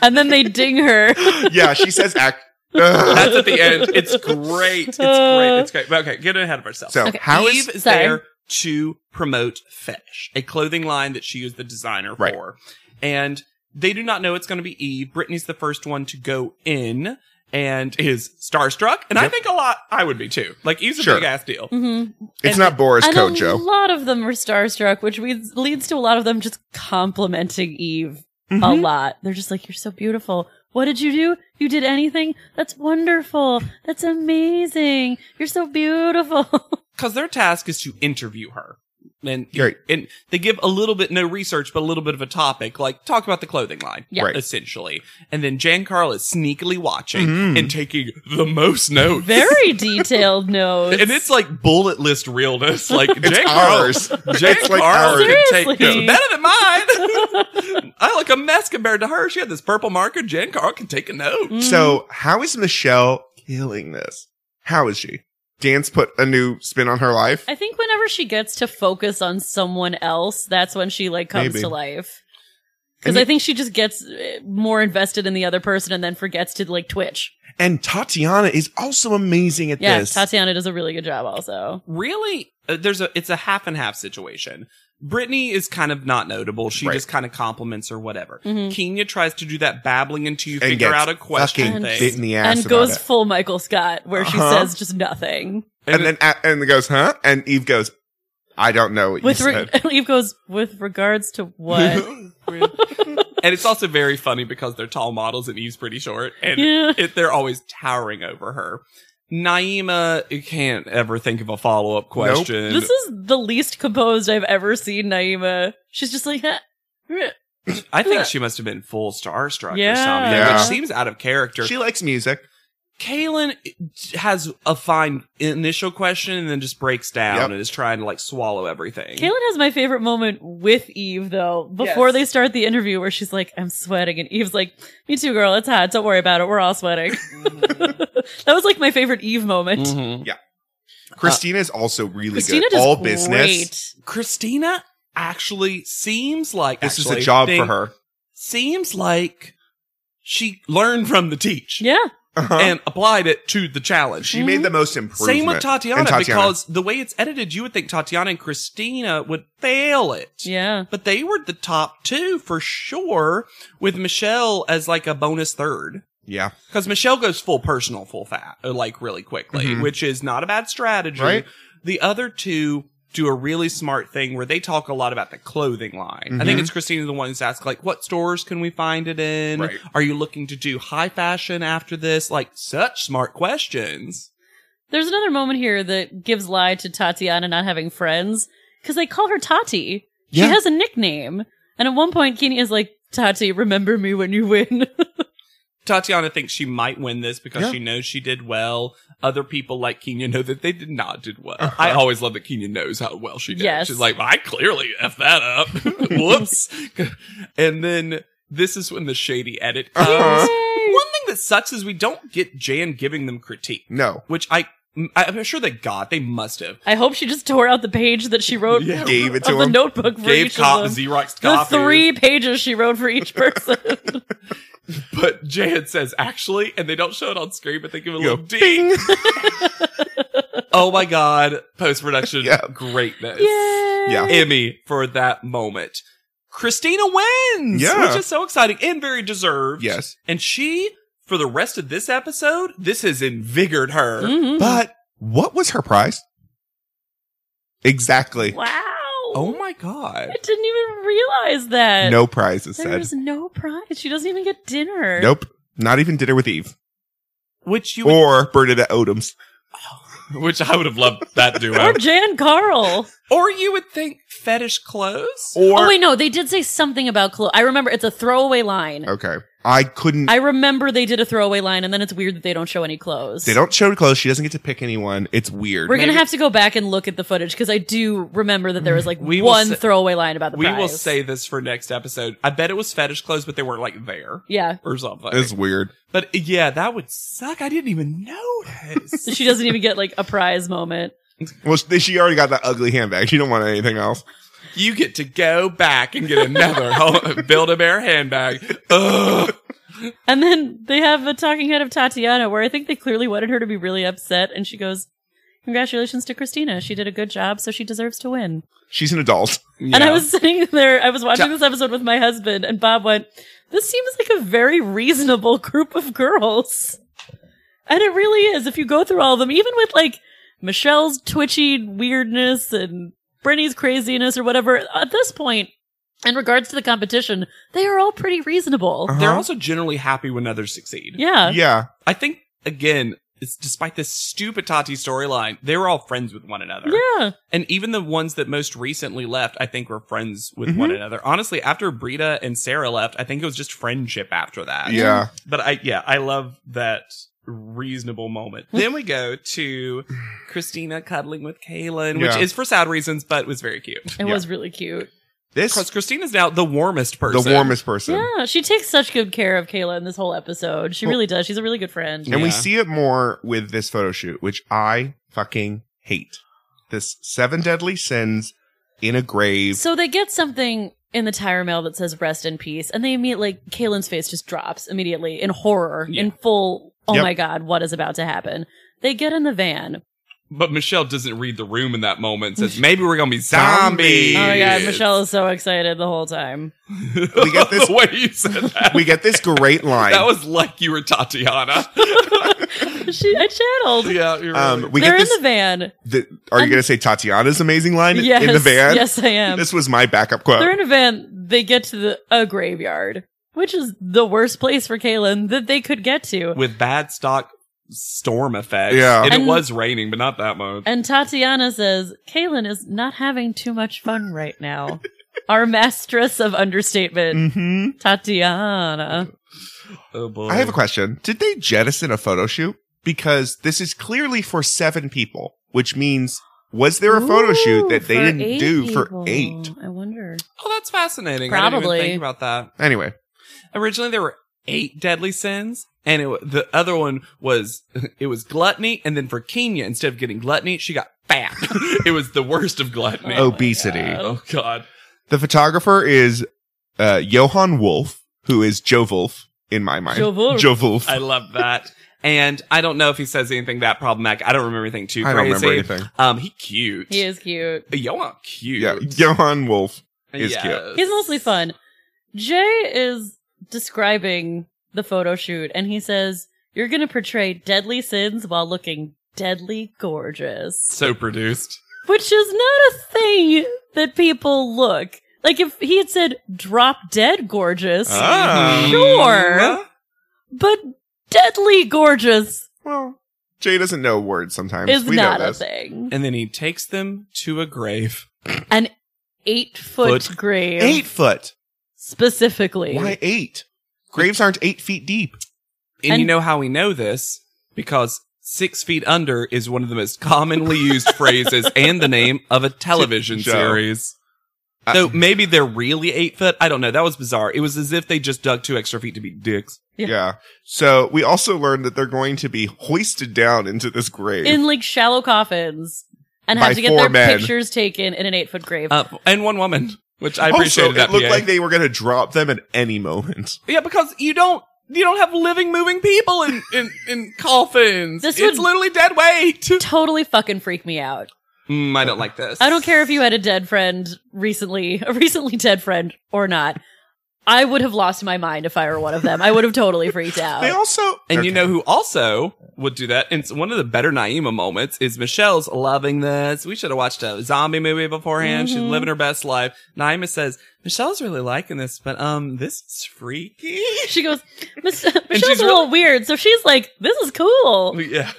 [SPEAKER 5] and then they ding her.
[SPEAKER 4] Yeah, she says act. Ugh.
[SPEAKER 2] That's at the end. It's great. It's great. It's great. But okay, get ahead of ourselves.
[SPEAKER 4] So
[SPEAKER 5] Okay,
[SPEAKER 4] how
[SPEAKER 2] Eve
[SPEAKER 4] is
[SPEAKER 2] Uh. is
[SPEAKER 5] sorry.
[SPEAKER 2] there to promote Fetish, a clothing line that she is the designer
[SPEAKER 4] Right.
[SPEAKER 2] for. And they do not know it's going to be Eve. Brittany's the first one to go in and is starstruck. And I
[SPEAKER 4] Yep.
[SPEAKER 2] think a lot, I would be too. Like, Eve's a
[SPEAKER 4] Sure.
[SPEAKER 2] big ass deal.
[SPEAKER 5] Mhm.
[SPEAKER 4] it's not Boris
[SPEAKER 5] And a
[SPEAKER 4] Kojo?
[SPEAKER 5] lot of them are starstruck, which leads, leads to a lot of them just complimenting Eve a lot. They're just like, "You're so beautiful. What did you do? You did anything? That's wonderful. That's amazing. You're so beautiful."
[SPEAKER 2] Because their task is to interview her. And,
[SPEAKER 4] Right.
[SPEAKER 2] and they give a little bit, no research, but a little bit of a topic, like talk about the clothing line,
[SPEAKER 5] Yeah.
[SPEAKER 4] Right.
[SPEAKER 2] essentially. And then Jan Carl is sneakily watching
[SPEAKER 4] Mhm.
[SPEAKER 2] and taking the most notes.
[SPEAKER 5] Very detailed notes.
[SPEAKER 2] and it's like bullet list realness. Like
[SPEAKER 4] It's
[SPEAKER 2] Jake
[SPEAKER 4] ours.
[SPEAKER 2] Carl, Jake
[SPEAKER 4] It's like
[SPEAKER 2] Carl
[SPEAKER 4] ours.
[SPEAKER 2] can take
[SPEAKER 5] Seriously.
[SPEAKER 2] it's better than mine. I look a mess compared to her. She had this purple marker. Jen Carl can take a note.
[SPEAKER 5] Mm.
[SPEAKER 4] So how is Michelle killing this? How is she? Dan's put a new spin on her life.
[SPEAKER 5] I think whenever she gets to focus on someone else, that's when she like comes
[SPEAKER 4] Maybe.
[SPEAKER 5] to life.
[SPEAKER 4] And
[SPEAKER 5] Because
[SPEAKER 4] you-
[SPEAKER 5] I think she just gets eh, more invested in the other person and then forgets to like twitch.
[SPEAKER 4] And Tatiana is also amazing at
[SPEAKER 5] Yeah,
[SPEAKER 4] this.
[SPEAKER 5] Tatiana does a really good job also.
[SPEAKER 2] Really, uh, there's a it's a half and half situation. Brittany is kind of not notable. She
[SPEAKER 4] Right.
[SPEAKER 2] just kind of compliments or whatever.
[SPEAKER 5] Mhm.
[SPEAKER 2] Kenya tries to do that babbling until you
[SPEAKER 4] And
[SPEAKER 2] figure
[SPEAKER 4] gets
[SPEAKER 2] out a question
[SPEAKER 4] fucking
[SPEAKER 2] thing.
[SPEAKER 4] bit in the ass.
[SPEAKER 5] and
[SPEAKER 4] about
[SPEAKER 5] goes
[SPEAKER 4] it.
[SPEAKER 5] full Michael Scott, where she
[SPEAKER 4] Uh-huh.
[SPEAKER 5] says just nothing.
[SPEAKER 4] and then a- and goes, huh? And Eve goes, I don't know what
[SPEAKER 5] With
[SPEAKER 4] you
[SPEAKER 5] re-
[SPEAKER 4] said.
[SPEAKER 5] Eve goes with regards to what?
[SPEAKER 2] and it's also very funny because they're tall models and Eve's pretty short, and
[SPEAKER 5] Yeah.
[SPEAKER 2] it, they're always towering over her. Naima you can't ever think of a follow up question.
[SPEAKER 5] this is the least composed I've ever seen Naima. She's just like, huh, huh.
[SPEAKER 2] I think she must have been full starstruck or
[SPEAKER 5] Yeah.
[SPEAKER 2] something,
[SPEAKER 4] Yeah.
[SPEAKER 2] which seems out of character.
[SPEAKER 4] She likes music.
[SPEAKER 2] Kaylin has a fine initial question and then just breaks down
[SPEAKER 4] Yep.
[SPEAKER 2] and is trying to like swallow everything.
[SPEAKER 5] Kaylin has my favorite moment with Eve though, before
[SPEAKER 2] Yes.
[SPEAKER 5] they start the interview, where she's like, "I'm sweating," and Eve's like, "Me too, girl. It's hot. Don't worry about it. We're all sweating." that was like my favorite Eve moment.
[SPEAKER 2] Mhm.
[SPEAKER 4] Christina is also really
[SPEAKER 5] Christina
[SPEAKER 4] good.
[SPEAKER 5] does
[SPEAKER 4] Mm-hmm. All
[SPEAKER 5] great.
[SPEAKER 4] business.
[SPEAKER 2] Christina actually seems like
[SPEAKER 4] This
[SPEAKER 2] actually,
[SPEAKER 4] is a job
[SPEAKER 2] thing-
[SPEAKER 4] for her.
[SPEAKER 2] Seems like she learned from the teach.
[SPEAKER 5] Yeah,
[SPEAKER 4] Uh-huh.
[SPEAKER 2] and applied it to the challenge.
[SPEAKER 4] she made the most improvement.
[SPEAKER 2] Hmm? Same with Tatiana,
[SPEAKER 4] And
[SPEAKER 2] because the way it's edited, you would think Tatiana and Christina would fail it.
[SPEAKER 5] yeah.
[SPEAKER 2] But they were the top two for sure, with Michelle as like a bonus third.
[SPEAKER 4] yeah,
[SPEAKER 2] Because Michelle goes full personal, full fat, uh, like really quickly,
[SPEAKER 4] Mhm.
[SPEAKER 2] which is not a bad strategy.
[SPEAKER 4] Right.
[SPEAKER 2] The other two do a really smart thing where they talk a lot about the clothing line. I think
[SPEAKER 4] Mhm.
[SPEAKER 2] it's Christina the one who's asked, like, what stores can we find it in?
[SPEAKER 4] Right.
[SPEAKER 2] Are you looking to do high fashion after this? Like, such smart questions.
[SPEAKER 5] There's another moment here that gives lie to Tatiana not having friends because they call her Tati.
[SPEAKER 4] Yeah.
[SPEAKER 5] She has a nickname, and at one point, Kenya is like, "Tati, remember me when you win."
[SPEAKER 2] Tatiana thinks she might win this because
[SPEAKER 4] Yeah.
[SPEAKER 2] she knows she did well. Other people like Kenya know that they did not did well.
[SPEAKER 4] Uh-huh.
[SPEAKER 2] I always love that Kenya knows how well she did.
[SPEAKER 5] Yes.
[SPEAKER 2] She's like, I clearly f that up. Whoops. and then this is when the shady edit comes.
[SPEAKER 4] Uh-huh.
[SPEAKER 2] One thing that sucks is we don't get Jan giving them critique,
[SPEAKER 4] no.
[SPEAKER 2] which I I'm sure they got. They must have.
[SPEAKER 5] I hope she just tore out the page that she wrote
[SPEAKER 2] Yeah.
[SPEAKER 4] Gave it to
[SPEAKER 5] of the
[SPEAKER 4] him.
[SPEAKER 5] notebook. For
[SPEAKER 2] Gave
[SPEAKER 5] each of
[SPEAKER 2] cop
[SPEAKER 5] them.
[SPEAKER 2] Xerox
[SPEAKER 5] the
[SPEAKER 2] copies.
[SPEAKER 5] three pages she wrote for each person.
[SPEAKER 2] But Jan says actually, and they don't show it on screen, but they give a
[SPEAKER 4] go,
[SPEAKER 2] little ding. oh my god, post production
[SPEAKER 4] Yeah.
[SPEAKER 2] greatness.
[SPEAKER 4] Yeah.
[SPEAKER 2] Emmy for that moment. Christina wins,
[SPEAKER 4] Yeah.
[SPEAKER 2] which is so exciting and very deserved.
[SPEAKER 4] Yes.
[SPEAKER 2] and she for the rest of this episode, this has invigored her.
[SPEAKER 4] Mm-hmm.
[SPEAKER 5] Mhm.
[SPEAKER 4] But what was her prize? Exactly.
[SPEAKER 5] Wow.
[SPEAKER 2] Oh my god,
[SPEAKER 5] I didn't even realize that.
[SPEAKER 4] No prize is said.
[SPEAKER 5] There's no prize. She doesn't even get dinner.
[SPEAKER 4] Nope. Not even dinner with Eve
[SPEAKER 2] which you, would-
[SPEAKER 4] or Bernadette Odom's.
[SPEAKER 2] which I would have loved that
[SPEAKER 5] Or
[SPEAKER 2] duo,
[SPEAKER 5] Jan Carl.
[SPEAKER 2] or you would think fetish clothes.
[SPEAKER 4] Or
[SPEAKER 5] oh wait, no, they did say something about clothes. I remember it's a throwaway line.
[SPEAKER 4] okay, I couldn't.
[SPEAKER 5] I remember they did a throwaway line, and then it's weird that they don't show any clothes.
[SPEAKER 4] they don't show clothes. She doesn't get to pick anyone. It's weird.
[SPEAKER 5] We're gonna have to go back and look at the footage because I do remember that there was like
[SPEAKER 2] We will
[SPEAKER 5] one
[SPEAKER 2] say-
[SPEAKER 5] throwaway line about the
[SPEAKER 2] we
[SPEAKER 5] prize.
[SPEAKER 2] will say this for next episode. I bet it was fetish clothes, but they weren't like there
[SPEAKER 5] yeah.
[SPEAKER 2] or something.
[SPEAKER 4] It's weird.
[SPEAKER 2] but yeah, that would suck. I didn't even notice.
[SPEAKER 5] So she doesn't even get like a prize moment.
[SPEAKER 4] Well, she she already got that ugly handbag. She don't want anything else.
[SPEAKER 2] you get to go back and get another build a bear handbag. Ugh.
[SPEAKER 5] And then they have a talking head of Tatiana where I think they clearly wanted her to be really upset, and she goes, Congratulations to Christina. She did a good job, so she deserves to win.
[SPEAKER 4] She's an adult.
[SPEAKER 5] And I
[SPEAKER 2] Yeah.
[SPEAKER 5] was sitting there, I was watching
[SPEAKER 2] Ta-
[SPEAKER 5] this episode with my husband, and Bob went, This seems like a very reasonable group of girls. And it really is. If you go through all of them, even with like Michelle's twitchy weirdness and Brittany's craziness or whatever, at this point, in regards to the competition, they are all pretty reasonable.
[SPEAKER 4] Uh-huh.
[SPEAKER 2] They're also generally happy when others succeed.
[SPEAKER 5] Yeah.
[SPEAKER 4] yeah.
[SPEAKER 2] I think again, it's despite this stupid Tati storyline, they were all friends with one another.
[SPEAKER 5] Yeah.
[SPEAKER 2] And even the ones that most recently left, I think were friends with
[SPEAKER 4] Mhm.
[SPEAKER 2] one
[SPEAKER 5] Mm-hmm.
[SPEAKER 2] another. Honestly, after Brita and Sarah left, I think it was just friendship after that.
[SPEAKER 4] Yeah.
[SPEAKER 2] But I yeah, I love that reasonable moment. then we go to Christina cuddling with Kaylin, which
[SPEAKER 4] Yeah.
[SPEAKER 2] is for sad reasons, but was very cute.
[SPEAKER 5] It
[SPEAKER 4] Yeah.
[SPEAKER 5] was really cute.
[SPEAKER 2] Because
[SPEAKER 4] This
[SPEAKER 2] Christina's now the warmest person.
[SPEAKER 4] the warmest person.
[SPEAKER 5] Yeah, she takes such good care of Kayla in this whole episode. She
[SPEAKER 4] Well-
[SPEAKER 5] really does. She's a really good friend.
[SPEAKER 4] And we
[SPEAKER 2] Yeah.
[SPEAKER 4] see it more with this photo shoot, which I fucking hate. This seven deadly sins in a grave.
[SPEAKER 5] So they get something in the tire mail that says rest in peace, and they immediately, like, Kaylin's face just drops immediately in horror,
[SPEAKER 2] Yeah.
[SPEAKER 5] in full, oh
[SPEAKER 4] Yep.
[SPEAKER 5] my God, what is about to happen? They get in the van.
[SPEAKER 2] But Michelle doesn't read the room in that moment. Says maybe we're gonna be
[SPEAKER 4] Zombies.
[SPEAKER 2] zombies.
[SPEAKER 5] Oh my God, Michelle is so excited the whole time.
[SPEAKER 4] We get this-
[SPEAKER 2] the way you said that.
[SPEAKER 4] we get this great line.
[SPEAKER 2] that was like you were Tatiana.
[SPEAKER 5] she, I channeled.
[SPEAKER 2] yeah, you're
[SPEAKER 4] um, we
[SPEAKER 5] They're
[SPEAKER 4] get this.
[SPEAKER 5] in the van.
[SPEAKER 4] the- are you
[SPEAKER 5] I'm-
[SPEAKER 4] going to say Tatiana's amazing line
[SPEAKER 5] Yes.
[SPEAKER 4] in the van?
[SPEAKER 5] Yes, I am.
[SPEAKER 4] This was my backup quote.
[SPEAKER 5] They're in a van. They get to the, a graveyard, which is the worst place for Kaylin that they could get to.
[SPEAKER 2] with bad stock storm effects.
[SPEAKER 4] Yeah.
[SPEAKER 2] and,
[SPEAKER 5] And-
[SPEAKER 2] it was raining, but not that much.
[SPEAKER 5] And Tatiana says, Kaylin is not having too much fun right now. Our mistress of understatement,
[SPEAKER 4] hmm
[SPEAKER 5] Tatiana.
[SPEAKER 2] oh boy,
[SPEAKER 4] I have a question. Did they jettison a photo shoot? Because this is clearly for seven people, which means was there a photo shoot that they
[SPEAKER 5] Ooh, for
[SPEAKER 4] didn't
[SPEAKER 5] eight
[SPEAKER 4] do for
[SPEAKER 5] people.
[SPEAKER 4] eight?
[SPEAKER 5] I wonder.
[SPEAKER 2] Oh, that's fascinating. I didn't
[SPEAKER 5] Probably.
[SPEAKER 2] even think about that.
[SPEAKER 4] Anyway,
[SPEAKER 2] Originally, there were eight deadly sins, and it, wa- the other one was it was gluttony. And then for Kenya, instead of getting gluttony, she got fat. it was the worst of gluttony.
[SPEAKER 5] Oh my
[SPEAKER 4] obesity.
[SPEAKER 5] God.
[SPEAKER 2] oh God.
[SPEAKER 4] The photographer is uh, Johann Wolf, who is Joe Wolf in my mind.
[SPEAKER 5] Joe Wolf.
[SPEAKER 4] Joe Wolf.
[SPEAKER 2] I
[SPEAKER 4] I,
[SPEAKER 2] love that. And I don't know if he says anything that problematic. I don't remember anything too
[SPEAKER 4] don't
[SPEAKER 2] crazy.
[SPEAKER 4] remember anything.
[SPEAKER 2] Um, he cute.
[SPEAKER 5] He is cute.
[SPEAKER 2] Yo, I'm cute.
[SPEAKER 4] Yeah, Johann Wolf. is
[SPEAKER 2] Yes.
[SPEAKER 4] cute.
[SPEAKER 5] He's mostly fun. Jay is describing the photo shoot and he says, You're going to portray deadly sins while looking deadly gorgeous.
[SPEAKER 2] So produced.
[SPEAKER 5] which is not a thing that people look. Like if he had said drop dead gorgeous,
[SPEAKER 4] Ah.
[SPEAKER 5] Sure. but deadly gorgeous
[SPEAKER 4] Well, Jay doesn't know words sometimes.
[SPEAKER 5] is
[SPEAKER 4] we
[SPEAKER 5] not
[SPEAKER 4] know
[SPEAKER 5] a
[SPEAKER 4] this.
[SPEAKER 5] thing.
[SPEAKER 2] And then he takes them to a grave.
[SPEAKER 5] An eight foot
[SPEAKER 2] Foot.
[SPEAKER 5] grave
[SPEAKER 4] Eight foot.
[SPEAKER 5] specifically.
[SPEAKER 4] Why eight? Graves aren't eight feet deep.
[SPEAKER 2] And, you
[SPEAKER 5] And-
[SPEAKER 2] know how we know this? Because six feet under is one of the most commonly used phrases and the name of a television
[SPEAKER 4] Show. Uh,
[SPEAKER 2] series.
[SPEAKER 4] I-
[SPEAKER 2] So maybe they're really eight foot. I don't know. That was bizarre. It was as if they just dug two extra feet to be dicks.
[SPEAKER 5] Yeah.
[SPEAKER 4] Yeah. So we also learned that they're going to be hoisted down into this grave.
[SPEAKER 5] In like shallow coffins and have
[SPEAKER 4] By
[SPEAKER 5] to get
[SPEAKER 4] four
[SPEAKER 5] their
[SPEAKER 4] men.
[SPEAKER 5] pictures taken in an eight foot grave.
[SPEAKER 2] Uh, and one woman, which I
[SPEAKER 4] also,
[SPEAKER 2] appreciated
[SPEAKER 4] it
[SPEAKER 2] that.
[SPEAKER 4] looked
[SPEAKER 2] PA.
[SPEAKER 4] like they were going to drop them at any moment.
[SPEAKER 2] Yeah, because you don't you don't have living, moving people in in, in coffins.
[SPEAKER 5] This
[SPEAKER 2] it's
[SPEAKER 5] would-
[SPEAKER 2] literally dead weight.
[SPEAKER 5] totally fucking freak me out.
[SPEAKER 2] Mm, I don't like this.
[SPEAKER 5] I don't care if you had a dead friend recently, a recently dead friend or not. I would have lost my mind if I were one of them. I would have totally freaked
[SPEAKER 4] They
[SPEAKER 5] out.
[SPEAKER 4] also,
[SPEAKER 2] And you
[SPEAKER 4] Okay.
[SPEAKER 2] know who also would do that? And it's one of the better Naima moments is Michelle's loving this. We should have watched a zombie movie beforehand. She's
[SPEAKER 5] Mhm.
[SPEAKER 2] living her best life. Naima says, Michelle's really liking this, but um, this is freaky.
[SPEAKER 5] She goes, Miss, Michelle's
[SPEAKER 2] she's
[SPEAKER 5] a little weird, so she's like, "This is cool."
[SPEAKER 2] Yeah.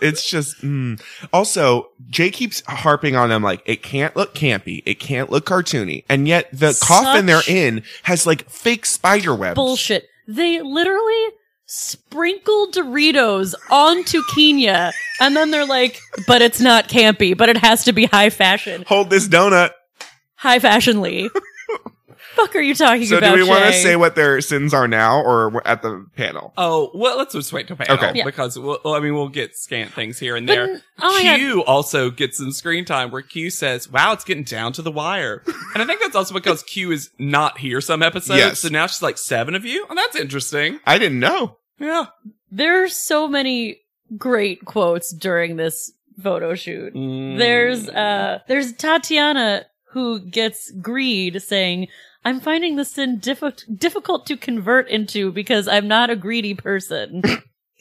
[SPEAKER 4] it's just mm. also jay keeps harping on them like it can't look campy it can't look cartoony and yet the
[SPEAKER 5] Such
[SPEAKER 4] coffin they're in has like fake spider webs
[SPEAKER 5] Bullshit. They literally sprinkle Doritos onto Kenya, and then they're like, "But it's not campy, but it has to be high fashion,
[SPEAKER 4] Hold this donut.
[SPEAKER 5] high fashionly." Fuck, are you talking
[SPEAKER 4] So,
[SPEAKER 5] about?
[SPEAKER 4] do we want to
[SPEAKER 5] Shay?
[SPEAKER 4] say what their sins are now, or we're at the panel?
[SPEAKER 2] Oh well, let's just wait till panel
[SPEAKER 4] Okay.
[SPEAKER 5] Yeah.
[SPEAKER 2] because we'll, well, I mean we'll get scant things here and
[SPEAKER 5] But-
[SPEAKER 2] there.
[SPEAKER 5] oh my God.
[SPEAKER 2] Q also gets some screen time where Q says, "Wow, it's getting down to the wire," and I think that's also because Q is not here some episodes,
[SPEAKER 4] Yes.
[SPEAKER 2] so now she's like seven of you. Oh, that's interesting.
[SPEAKER 4] I didn't know.
[SPEAKER 2] Yeah.
[SPEAKER 5] There are so many great quotes during this photo shoot.
[SPEAKER 2] Mm.
[SPEAKER 5] There's
[SPEAKER 2] Hmm.
[SPEAKER 5] uh there's Tatiana who gets greed saying, "I'm finding this sin diffi- difficult to convert into because I'm not a greedy person."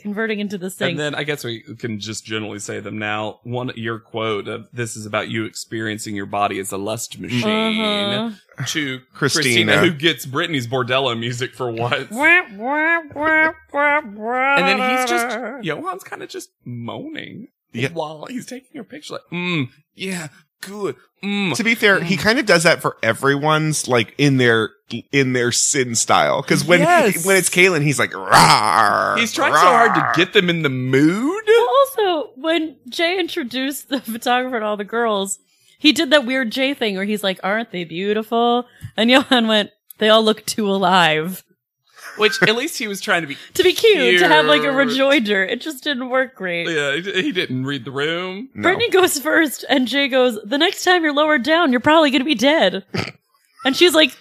[SPEAKER 5] Converting into this thing.
[SPEAKER 2] And then I guess we can just generally say them now. One, your quote of this is about you experiencing your body as a lust machine.
[SPEAKER 5] Uh-huh.
[SPEAKER 2] To
[SPEAKER 4] Christina.
[SPEAKER 2] Christina. who gets Britney's bordello music for once. And
[SPEAKER 5] and
[SPEAKER 2] then he's just Johan's kind of just moaning
[SPEAKER 4] Yeah.
[SPEAKER 2] while he's taking her picture, like, mm, yeah, good, mm.
[SPEAKER 4] To be fair, he kind of does that for everyone's like in their in their sin style. Because when
[SPEAKER 2] Yes.
[SPEAKER 4] when it's Kalen, he's like, "Rawr,
[SPEAKER 2] He's trying so hard to get them in the mood.
[SPEAKER 5] also when Jay introduced the photographer and all the girls, he did that weird Jay thing where he's like, "Aren't they beautiful?" And Johan went, "They all look too alive."
[SPEAKER 2] Which at least he was trying to be.
[SPEAKER 5] To be cute, to have like
[SPEAKER 2] Cute.
[SPEAKER 5] a rejoinder, it just didn't work great.
[SPEAKER 2] Yeah, he he didn't read the room.
[SPEAKER 4] No.
[SPEAKER 5] Brittany goes first, and Jay goes, The next time you're lowered down, you're probably going to be dead. and she's like,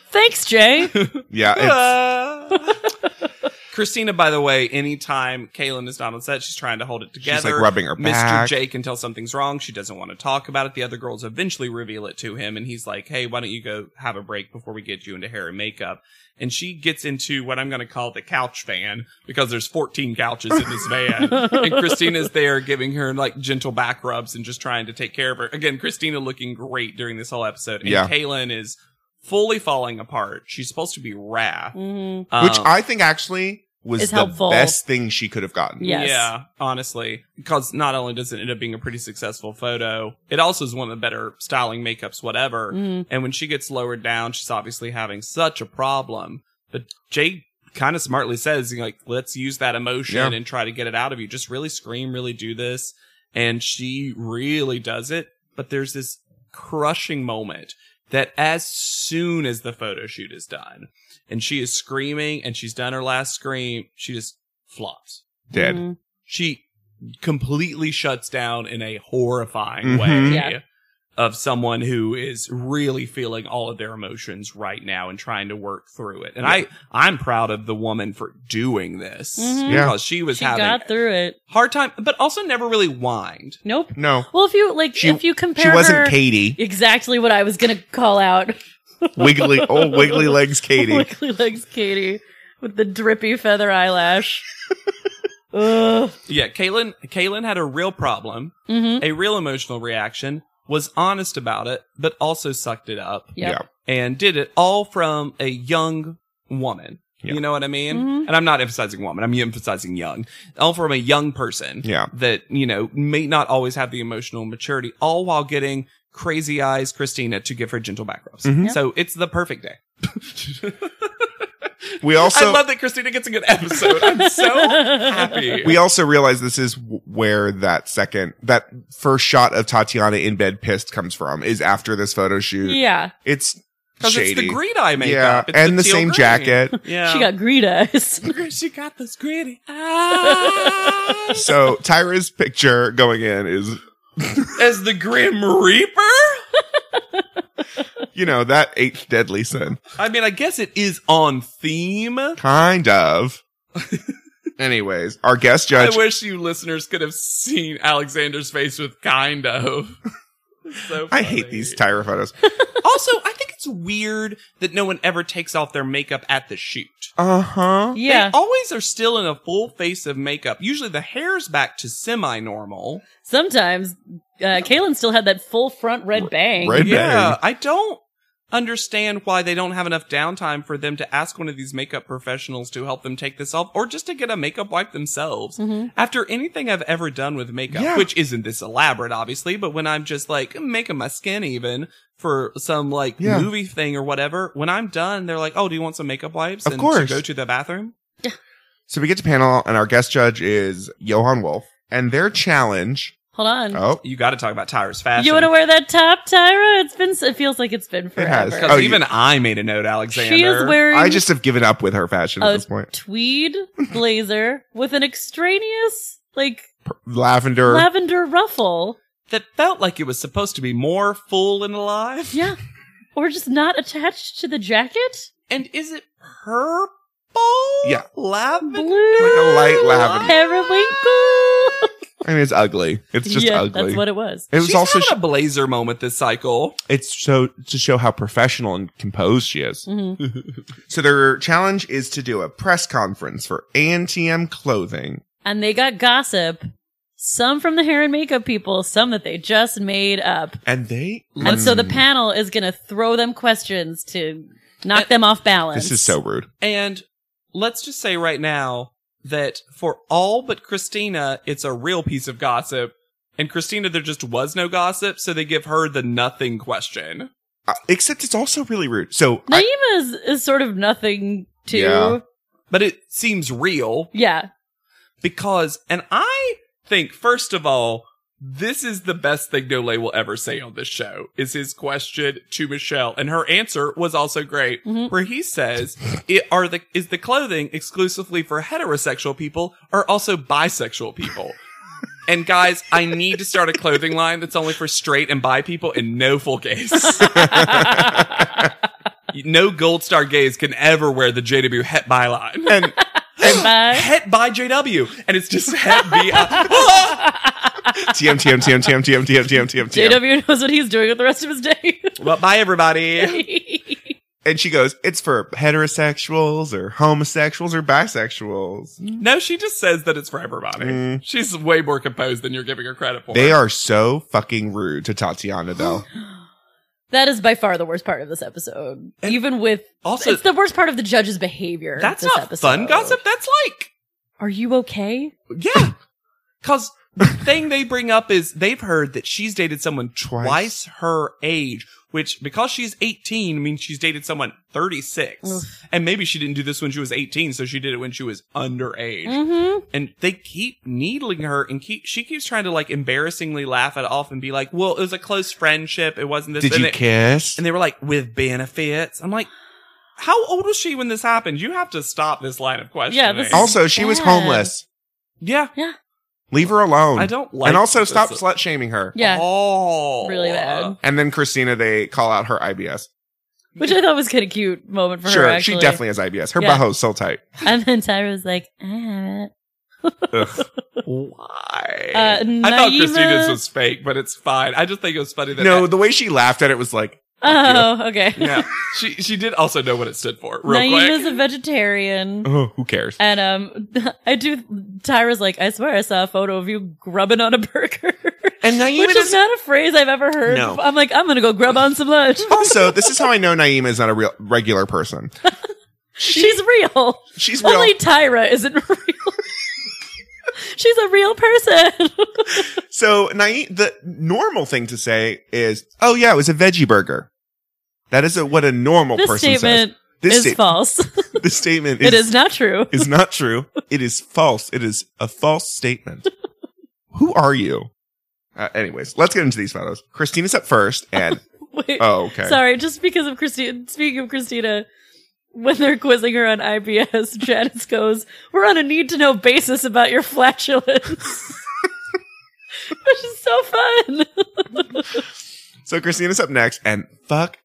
[SPEAKER 5] Thanks, Jay.
[SPEAKER 4] Yeah, it's,
[SPEAKER 2] Ah. Christina, by the way, anytime Kaylin is not on set, she's trying to hold it together.
[SPEAKER 4] she's like rubbing her
[SPEAKER 2] Mr.
[SPEAKER 4] back.
[SPEAKER 2] Jay can tell something's wrong. She doesn't want to talk about it. The other girls eventually reveal it to him, and he's like, "Hey, why don't you go have a break before we get you into hair and makeup?" And she gets into what I'm going to call the couch van because there's 14 couches in this van,
[SPEAKER 5] Mm-hmm,
[SPEAKER 2] and Christina's there giving her like gentle back rubs and just trying to take care of her. Again, Christina looking great during this whole episode, and
[SPEAKER 4] Yeah.
[SPEAKER 2] Kaylin is fully falling apart. She's supposed to be wrath,
[SPEAKER 5] Mhm.
[SPEAKER 4] which
[SPEAKER 2] Um,
[SPEAKER 4] I think actually was
[SPEAKER 5] Is
[SPEAKER 4] the
[SPEAKER 5] helpful.
[SPEAKER 4] best thing she could have gotten.
[SPEAKER 5] Yeah. Yes.
[SPEAKER 2] Yeah, honestly, because not only does it end up being a pretty successful photo, it also is one of the better styling makeups, whatever.
[SPEAKER 5] Mhm.
[SPEAKER 2] And when she gets lowered down, she's obviously having such a problem. But Jay kind of smartly says, you know, like, let's use that emotion
[SPEAKER 4] Yeah.
[SPEAKER 2] and try to get it out of you. Just really scream, really do this. And she really does it. But there's this crushing moment that as soon as the photo shoot is done and she is screaming and she's done her last scream, she just flops
[SPEAKER 4] Dead.
[SPEAKER 2] Mm.
[SPEAKER 5] Mhm.
[SPEAKER 2] she completely shuts down in a horrifying
[SPEAKER 4] Mhm.
[SPEAKER 2] way
[SPEAKER 5] Yeah.
[SPEAKER 2] of someone who is really feeling all of their emotions right now and trying to work through it. And I, I'm proud of the woman for doing this
[SPEAKER 5] Mhm.
[SPEAKER 4] Yeah.
[SPEAKER 2] because she was
[SPEAKER 5] She
[SPEAKER 2] having
[SPEAKER 5] got through it.
[SPEAKER 2] a hard time, but also never really whined.
[SPEAKER 5] Nope.
[SPEAKER 4] No,
[SPEAKER 5] Well, if you like,
[SPEAKER 4] She-
[SPEAKER 5] if you compare
[SPEAKER 4] she wasn't
[SPEAKER 5] her,
[SPEAKER 4] Katie.
[SPEAKER 5] exactly what I was going to call out
[SPEAKER 4] Wiggly, oh, wiggly legs,
[SPEAKER 2] Oh
[SPEAKER 4] Katie.
[SPEAKER 5] Wiggly Legs Katie with the drippy feather eyelash. Ugh.
[SPEAKER 2] Yeah. Kaylin, Kaylin had a real problem,
[SPEAKER 5] Mhm.
[SPEAKER 2] a real emotional reaction, was honest about it, but also sucked it up.
[SPEAKER 5] Yep.
[SPEAKER 4] Yeah.
[SPEAKER 2] and did it all from a young woman.
[SPEAKER 4] Yeah.
[SPEAKER 2] You know what I mean?
[SPEAKER 5] Mhm.
[SPEAKER 2] And I'm not emphasizing woman, I'm emphasizing young. All from a young person
[SPEAKER 4] Yeah.
[SPEAKER 2] that, you know, may not always have the emotional maturity, all while getting crazy eyes Christina to give her gentle back rubs.
[SPEAKER 4] Mhm.
[SPEAKER 5] Yeah.
[SPEAKER 2] So it's the perfect day.
[SPEAKER 4] We also
[SPEAKER 2] I love that Christina gets a good episode. I'm so happy.
[SPEAKER 4] we also realize this is w- where that second that first shot of Tatiana in bed pissed comes from is after this photo shoot.
[SPEAKER 5] Yeah.
[SPEAKER 4] It's
[SPEAKER 2] because
[SPEAKER 4] shady.
[SPEAKER 2] it's the green eye
[SPEAKER 4] yeah,
[SPEAKER 2] makeup. It's
[SPEAKER 4] and the,
[SPEAKER 2] teal
[SPEAKER 4] same
[SPEAKER 2] green.
[SPEAKER 4] jacket.
[SPEAKER 2] Yeah.
[SPEAKER 5] She got greed eyes.
[SPEAKER 2] she got those gritty eyes.
[SPEAKER 4] So Tyra's picture going in is
[SPEAKER 2] As the Grim Reaper?
[SPEAKER 4] you know that eighth deadly sin
[SPEAKER 2] I mean, I guess it is on theme.
[SPEAKER 4] kind of. Anyways, our guest
[SPEAKER 2] I
[SPEAKER 4] judge
[SPEAKER 2] wish you listeners could have seen Alexander's face with kind of. It's so funny.
[SPEAKER 4] I hate these Tyra photos.
[SPEAKER 2] also, I think it's weird that no one ever takes off their makeup at the shoot.
[SPEAKER 4] Uh huh.
[SPEAKER 5] Yeah.
[SPEAKER 2] They always are still in a full face of makeup. Usually the hair's back to semi normal.
[SPEAKER 5] Sometimes uh, Kaylin still had that full front red bang.
[SPEAKER 4] red- Good
[SPEAKER 2] Yeah.
[SPEAKER 4] bang.
[SPEAKER 2] I don't understand why they don't have enough downtime for them to ask one of these makeup professionals to help them take this off or just to get a makeup wipe themselves.
[SPEAKER 5] Mhm.
[SPEAKER 2] After anything I've ever done with makeup,
[SPEAKER 4] Yeah.
[SPEAKER 2] which isn't this elaborate, obviously, but when I'm just like making my skin even for some like
[SPEAKER 4] Yeah.
[SPEAKER 2] movie thing or whatever, when I'm done, they're like, "Oh, do you want some makeup wipes?"
[SPEAKER 4] Of
[SPEAKER 2] and
[SPEAKER 4] course.
[SPEAKER 2] to go to the bathroom.
[SPEAKER 4] So we get to panel, and our guest judge is Johan Wolf, and their challenge.
[SPEAKER 5] Hold on.
[SPEAKER 4] Oh,
[SPEAKER 2] You got to talk about Tyra's fashion.
[SPEAKER 5] You want to wear that top, Tyra? It's been. It feels like it's been
[SPEAKER 4] has.
[SPEAKER 5] forever.
[SPEAKER 2] Because
[SPEAKER 4] Oh, you-
[SPEAKER 2] even I made a note, Alexander.
[SPEAKER 5] she is wearing
[SPEAKER 4] I just have given up with her fashion at
[SPEAKER 5] Oh.
[SPEAKER 4] this point.
[SPEAKER 5] tweed blazer with an extraneous like
[SPEAKER 4] Lavender.
[SPEAKER 5] lavender ruffle.
[SPEAKER 2] that felt like it was supposed to be more full and alive.
[SPEAKER 5] Yeah, or just not attached to the jacket.
[SPEAKER 2] And is it purple?
[SPEAKER 4] Yeah.
[SPEAKER 2] Lavender?
[SPEAKER 5] Blue.
[SPEAKER 4] Like a light lavender.
[SPEAKER 5] Periwinkle.
[SPEAKER 4] I mean, it's ugly. It's just
[SPEAKER 5] yeah,
[SPEAKER 4] ugly.
[SPEAKER 5] that's what it was.
[SPEAKER 4] it was
[SPEAKER 2] She's
[SPEAKER 4] also.
[SPEAKER 2] having a blazer moment this cycle.
[SPEAKER 4] it's so to show how professional and composed she is.
[SPEAKER 5] hmm
[SPEAKER 4] So their challenge is to do a press conference for ANTM clothing.
[SPEAKER 5] And they got gossip. Some from the hair and makeup people, some that they just made up.
[SPEAKER 4] And they
[SPEAKER 5] And so the
[SPEAKER 4] Mm.
[SPEAKER 5] panel is going to throw them questions to knock
[SPEAKER 2] Uh,
[SPEAKER 5] them off balance.
[SPEAKER 4] This is so rude.
[SPEAKER 2] And let's just say right now that for all but Christina, it's a real piece of gossip. And Christina, there just was no gossip, so they give her the nothing question.
[SPEAKER 4] Uh, except it's also really rude. So I,
[SPEAKER 5] Naima is, is sort of nothing to.
[SPEAKER 4] Yeah.
[SPEAKER 5] Yeah.
[SPEAKER 2] But it seems real because, and I think, first of all, this is the best thing Nole will ever say on this show is his question to Michelle. And her answer was also great,
[SPEAKER 5] Mhm.
[SPEAKER 2] where he says, it, are the, is the clothing exclusively for heterosexual people or also bisexual people? and guys, I need to start a clothing line that's only for straight and bi people and no full gays. no gold star gays can ever wear the JW het bi line. And
[SPEAKER 5] Bye.
[SPEAKER 2] Het by JW, and it's just Het by.
[SPEAKER 4] TM TM TM TM TM TM TM TM TM.
[SPEAKER 5] JW knows what he's doing with the rest of his day.
[SPEAKER 2] well, bye everybody.
[SPEAKER 4] And she goes, "It's for heterosexuals or homosexuals or bisexuals."
[SPEAKER 2] No, she just says that it's for everybody.
[SPEAKER 4] Mm.
[SPEAKER 2] She's way more composed than you're giving her credit for.
[SPEAKER 4] They are so fucking rude to Tatiana, though.
[SPEAKER 5] that is by far the worst part of this episode. Even with.
[SPEAKER 2] also-
[SPEAKER 5] it's the worst part of the judge's behavior.
[SPEAKER 2] That's
[SPEAKER 5] this
[SPEAKER 2] not
[SPEAKER 5] episode.
[SPEAKER 2] fun gossip. That's like,
[SPEAKER 5] Are you okay?
[SPEAKER 2] yeah, because the thing they bring up is they've heard that she's dated someone
[SPEAKER 4] Twice.
[SPEAKER 2] twice, her age, which because she's 18 means she's dated someone 36, and maybe she didn't do this when she was 18, so she did it when she was underage.
[SPEAKER 5] Mm-hmm.
[SPEAKER 2] and they keep needling her and keep she keeps trying to like embarrassingly laugh it off and be like well it was a close friendship it wasn't this
[SPEAKER 4] Did
[SPEAKER 2] and,
[SPEAKER 4] you
[SPEAKER 2] they,
[SPEAKER 4] kiss?
[SPEAKER 2] and they were like with benefits i'm like how old was she when this happened you have to stop this line of questioning
[SPEAKER 5] Yeah, this is-
[SPEAKER 4] Also, she was
[SPEAKER 5] Bad.
[SPEAKER 4] homeless.
[SPEAKER 2] yeah
[SPEAKER 4] Leave her alone.
[SPEAKER 2] i don't like
[SPEAKER 4] and also, stop
[SPEAKER 2] this
[SPEAKER 4] slut shaming her.
[SPEAKER 5] Yeah.
[SPEAKER 2] all.
[SPEAKER 5] Really bad.
[SPEAKER 4] And then Christina, they call out her IBS.
[SPEAKER 5] Which I thought was kind of cute moment for
[SPEAKER 4] sure,
[SPEAKER 5] her. Actually.
[SPEAKER 4] she definitely has IBS. Her
[SPEAKER 5] Yeah.
[SPEAKER 4] baho's so tight.
[SPEAKER 5] And then Tyra was like, I have it.
[SPEAKER 4] Ugh.
[SPEAKER 2] why
[SPEAKER 5] Uh,
[SPEAKER 2] i thought
[SPEAKER 5] Naima-
[SPEAKER 2] christina's was fake but it's fine i just think it was funny that
[SPEAKER 4] no, the way she laughed at it was like,
[SPEAKER 5] Oh, okay.
[SPEAKER 2] yeah she she did also know what it stood for real
[SPEAKER 5] Naima's
[SPEAKER 2] quick
[SPEAKER 5] a vegetarian.
[SPEAKER 4] oh, who cares?
[SPEAKER 5] And um, I do. Tyra's like, I swear I saw a photo of you grubbing on a burger,
[SPEAKER 4] And Naima
[SPEAKER 5] which is
[SPEAKER 4] doesn't-
[SPEAKER 5] not a phrase I've ever heard.
[SPEAKER 4] No.
[SPEAKER 5] I'm like, I'm gonna go grub on some lunch.
[SPEAKER 4] also, this is how I know Naima is not a real regular person.
[SPEAKER 5] She's real.
[SPEAKER 4] She's real.
[SPEAKER 5] Only Tyra isn't real. She's a real person.
[SPEAKER 4] so Naima, the normal thing to say is, "Oh yeah, it was a veggie burger." That is a, what a normal
[SPEAKER 5] this
[SPEAKER 4] person
[SPEAKER 5] statement
[SPEAKER 4] says. This
[SPEAKER 5] is
[SPEAKER 4] sta-
[SPEAKER 5] false.
[SPEAKER 4] This statement is,
[SPEAKER 5] it is not true.
[SPEAKER 4] is not true. It is false. It is a false statement. who are you? Uh, anyways, let's get into these photos. Christina's up first, and
[SPEAKER 5] Wait,
[SPEAKER 4] oh okay.
[SPEAKER 5] sorry. Just because of Christina. Speaking of Christina. When they're quizzing her on IBS, Janice goes, We're on a need to know basis about your flatulence. Which is so fun.
[SPEAKER 4] So Christina's up next, and fuck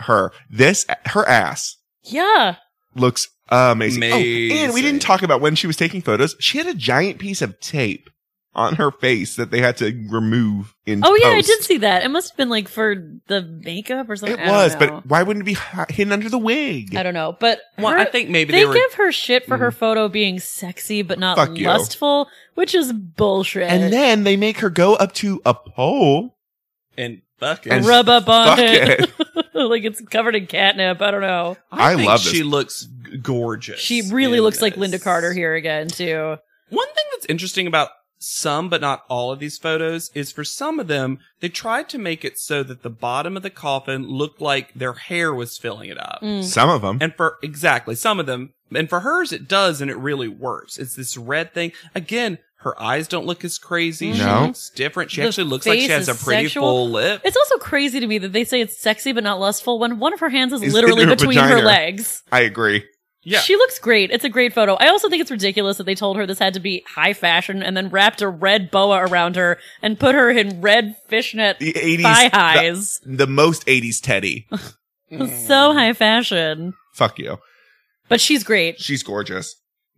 [SPEAKER 4] her. This her ass
[SPEAKER 5] Yeah.
[SPEAKER 4] looks amazing. Oh, and we
[SPEAKER 2] Amazing.
[SPEAKER 4] didn't talk about when she was taking photos. She had a giant piece of tape on her face that they had to remove in.
[SPEAKER 5] Oh yeah, I
[SPEAKER 4] post.
[SPEAKER 5] did see that. It must have been like for the makeup or something.
[SPEAKER 4] It
[SPEAKER 5] I don't
[SPEAKER 4] was,
[SPEAKER 5] know.
[SPEAKER 4] but why wouldn't it be hi- hidden under the wig?
[SPEAKER 5] I don't know. But
[SPEAKER 2] well,
[SPEAKER 5] her-
[SPEAKER 2] i think maybe
[SPEAKER 5] they,
[SPEAKER 2] they, were
[SPEAKER 5] give her shit for her photo being sexy but not
[SPEAKER 4] Mm-hmm. Fuck you.
[SPEAKER 5] lustful, which is bullshit.
[SPEAKER 4] And then they make her go up to a pole.
[SPEAKER 2] and fucking
[SPEAKER 4] and
[SPEAKER 5] rub up on
[SPEAKER 4] fuck
[SPEAKER 5] it, like it's covered in catnip. I don't know.
[SPEAKER 4] I
[SPEAKER 2] think
[SPEAKER 4] love this.
[SPEAKER 2] she looks g- gorgeous.
[SPEAKER 5] She really
[SPEAKER 2] in
[SPEAKER 5] looks like
[SPEAKER 2] this.
[SPEAKER 5] Linda Carter here again too.
[SPEAKER 2] One thing that's interesting about some but not all of these photos is for some of them, they tried to make it so that the bottom of the coffin looked like their hair was filling it up.
[SPEAKER 5] Mm.
[SPEAKER 4] Some of them.
[SPEAKER 2] And for exactly some of them, and for hers, it does, and it really works. It's this red thing. Again, her eyes don't look as crazy. She
[SPEAKER 4] No.
[SPEAKER 2] looks different. She
[SPEAKER 5] Mm. The
[SPEAKER 2] actually looks like she
[SPEAKER 5] face
[SPEAKER 2] has a
[SPEAKER 5] is
[SPEAKER 2] pretty
[SPEAKER 5] sexual.
[SPEAKER 2] full lip.
[SPEAKER 5] It's also crazy to me that they say it's sexy but not lustful when one of her hands is
[SPEAKER 4] It's in
[SPEAKER 5] literally
[SPEAKER 4] her
[SPEAKER 5] between her
[SPEAKER 4] vagina.
[SPEAKER 5] legs.
[SPEAKER 4] I agree.
[SPEAKER 2] Yeah.
[SPEAKER 5] She looks great. It's a great photo. I also think it's ridiculous that they told her this had to be high fashion and then wrapped a red boa around her and put her in red fishnet
[SPEAKER 4] The 80s.
[SPEAKER 5] thigh
[SPEAKER 4] the-
[SPEAKER 5] highs.
[SPEAKER 4] The, most 80s Teddy. Mm.
[SPEAKER 5] so high fashion.
[SPEAKER 4] Fuck you.
[SPEAKER 5] But she's great.
[SPEAKER 4] She's gorgeous.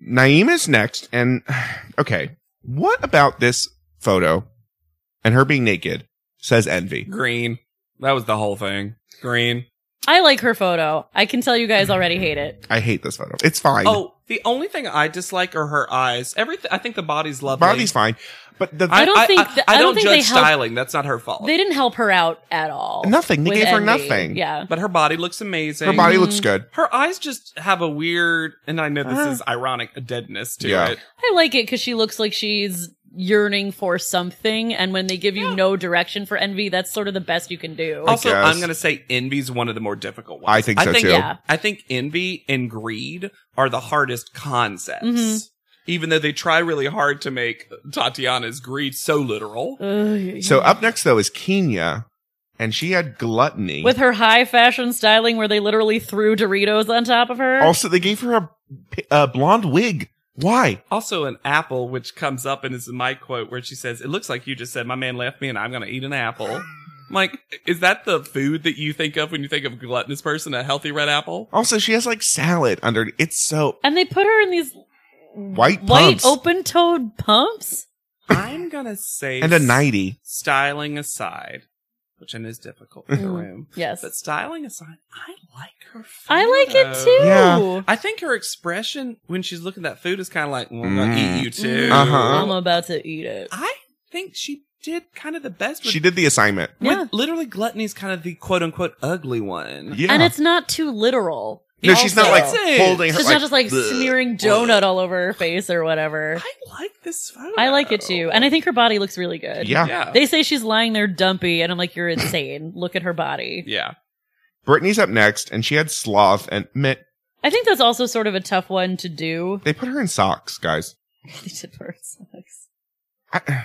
[SPEAKER 4] Naeem is next. And okay, what about this photo and her being naked says envy?
[SPEAKER 2] Green. That was the whole thing. Green.
[SPEAKER 5] I like her photo. I can tell you guys already hate it.
[SPEAKER 4] I hate this photo. It's fine.
[SPEAKER 2] Oh, the only thing I dislike are her eyes. Everything. I think the body's lovely.
[SPEAKER 4] Body's fine. But the
[SPEAKER 5] I don't think that- I
[SPEAKER 2] don't
[SPEAKER 5] don't think
[SPEAKER 2] judge
[SPEAKER 5] they help-
[SPEAKER 2] styling. That's not her fault.
[SPEAKER 5] They didn't help her out at all.
[SPEAKER 4] Nothing. They
[SPEAKER 5] with
[SPEAKER 4] gave her
[SPEAKER 5] envy.
[SPEAKER 4] nothing.
[SPEAKER 5] Yeah.
[SPEAKER 2] but her body looks amazing.
[SPEAKER 4] her body looks good.
[SPEAKER 2] Her eyes just have a weird, and I know this
[SPEAKER 5] Ah.
[SPEAKER 2] is ironic, a deadness to
[SPEAKER 4] Yeah.
[SPEAKER 2] it.
[SPEAKER 5] I like it because she looks like she's yearning for something, and when they give you no direction for envy, that's sort of the best you can do.
[SPEAKER 2] Also,
[SPEAKER 4] guess.
[SPEAKER 2] I'm going to say envy's one of the more difficult ones.
[SPEAKER 4] I think so too.
[SPEAKER 5] Yeah.
[SPEAKER 2] I think envy and greed are the hardest concepts.
[SPEAKER 5] Mhm.
[SPEAKER 2] Even though they try really hard to make Tatiana's greed so literal.
[SPEAKER 5] Ugh.
[SPEAKER 4] So up next though is Kenya, and she had gluttony.
[SPEAKER 5] with her high fashion styling, where they literally threw Doritos on top of her.
[SPEAKER 4] also, they gave her a, a blonde wig. Why?
[SPEAKER 2] Also, an apple, which comes up and is my quote where she says, It looks like you just said, My man left me and I'm going to eat an apple. I'm like, is that the food that you think of when you think of a gluttonous person, a healthy red apple?
[SPEAKER 4] Also, she has like salad under. It's so
[SPEAKER 5] and they put her in these
[SPEAKER 4] White
[SPEAKER 5] white
[SPEAKER 4] pumps.
[SPEAKER 5] open toed pumps.
[SPEAKER 2] I'm going to say.
[SPEAKER 4] and a ninety.
[SPEAKER 2] Styling aside, which I know is difficult in the
[SPEAKER 5] Mhm.
[SPEAKER 2] room.
[SPEAKER 5] Yes,
[SPEAKER 2] But styling aside, I like her.
[SPEAKER 5] I like it
[SPEAKER 2] photo.
[SPEAKER 5] too.
[SPEAKER 4] Yeah.
[SPEAKER 2] I think her expression when she's looking at that food is kind of like, well, I'm going to
[SPEAKER 4] Mm.
[SPEAKER 2] eat you too.
[SPEAKER 4] Uh-huh.
[SPEAKER 5] I'm about to eat it.
[SPEAKER 2] I think she did kind of the best. With,
[SPEAKER 4] She did the assignment.
[SPEAKER 2] with-
[SPEAKER 5] Yeah.
[SPEAKER 2] Literally, gluttony is kind of the quote unquote ugly one.
[SPEAKER 4] Yeah.
[SPEAKER 5] And it's not too literal.
[SPEAKER 4] no, she's not like
[SPEAKER 5] also-
[SPEAKER 4] holding her.
[SPEAKER 5] She's not just like smearing donut all over her face or whatever.
[SPEAKER 2] I like this photo.
[SPEAKER 5] I like it too, and I think her body looks really good.
[SPEAKER 4] Yeah.
[SPEAKER 2] yeah.
[SPEAKER 5] They say she's lying there dumpy, and I'm like, you're insane. Look at her body.
[SPEAKER 2] yeah.
[SPEAKER 4] Brittany's up next, and she had sloth, and meh,
[SPEAKER 5] I think that's also sort of a tough one to do.
[SPEAKER 4] they put her in socks, guys.
[SPEAKER 5] They did for her sex.
[SPEAKER 4] I,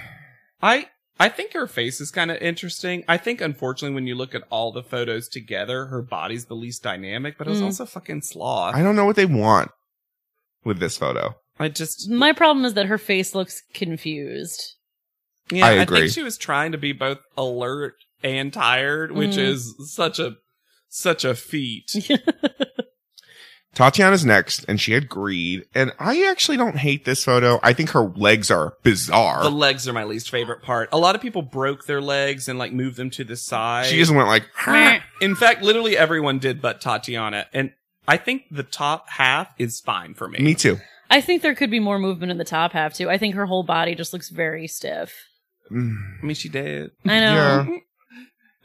[SPEAKER 2] I I think her face is kind of interesting. I think unfortunately when you look at all the photos together, her body's the least dynamic, but it was
[SPEAKER 5] Mm.
[SPEAKER 2] also fucking sloth.
[SPEAKER 4] I don't know what they want with this photo.
[SPEAKER 2] I just
[SPEAKER 5] My problem is that her face looks confused.
[SPEAKER 2] yeah,
[SPEAKER 4] I
[SPEAKER 2] I,
[SPEAKER 4] agree.
[SPEAKER 2] think she was trying to be both alert and tired, which
[SPEAKER 5] Mm.
[SPEAKER 2] is such a such a feat.
[SPEAKER 4] Tatiana's next, and she had greed. And I actually don't hate this photo. I think her legs are bizarre.
[SPEAKER 2] The legs are my least favorite part. A lot of people broke their legs and like moved them to the side.
[SPEAKER 4] she just went like,
[SPEAKER 2] In fact, literally everyone did but Tatiana. And I think the top half is fine for me.
[SPEAKER 4] me too.
[SPEAKER 5] I think there could be more movement in the top half too. I think her whole body just looks very stiff.
[SPEAKER 4] Mm.
[SPEAKER 2] I mean, she did.
[SPEAKER 5] I know,
[SPEAKER 4] Yeah.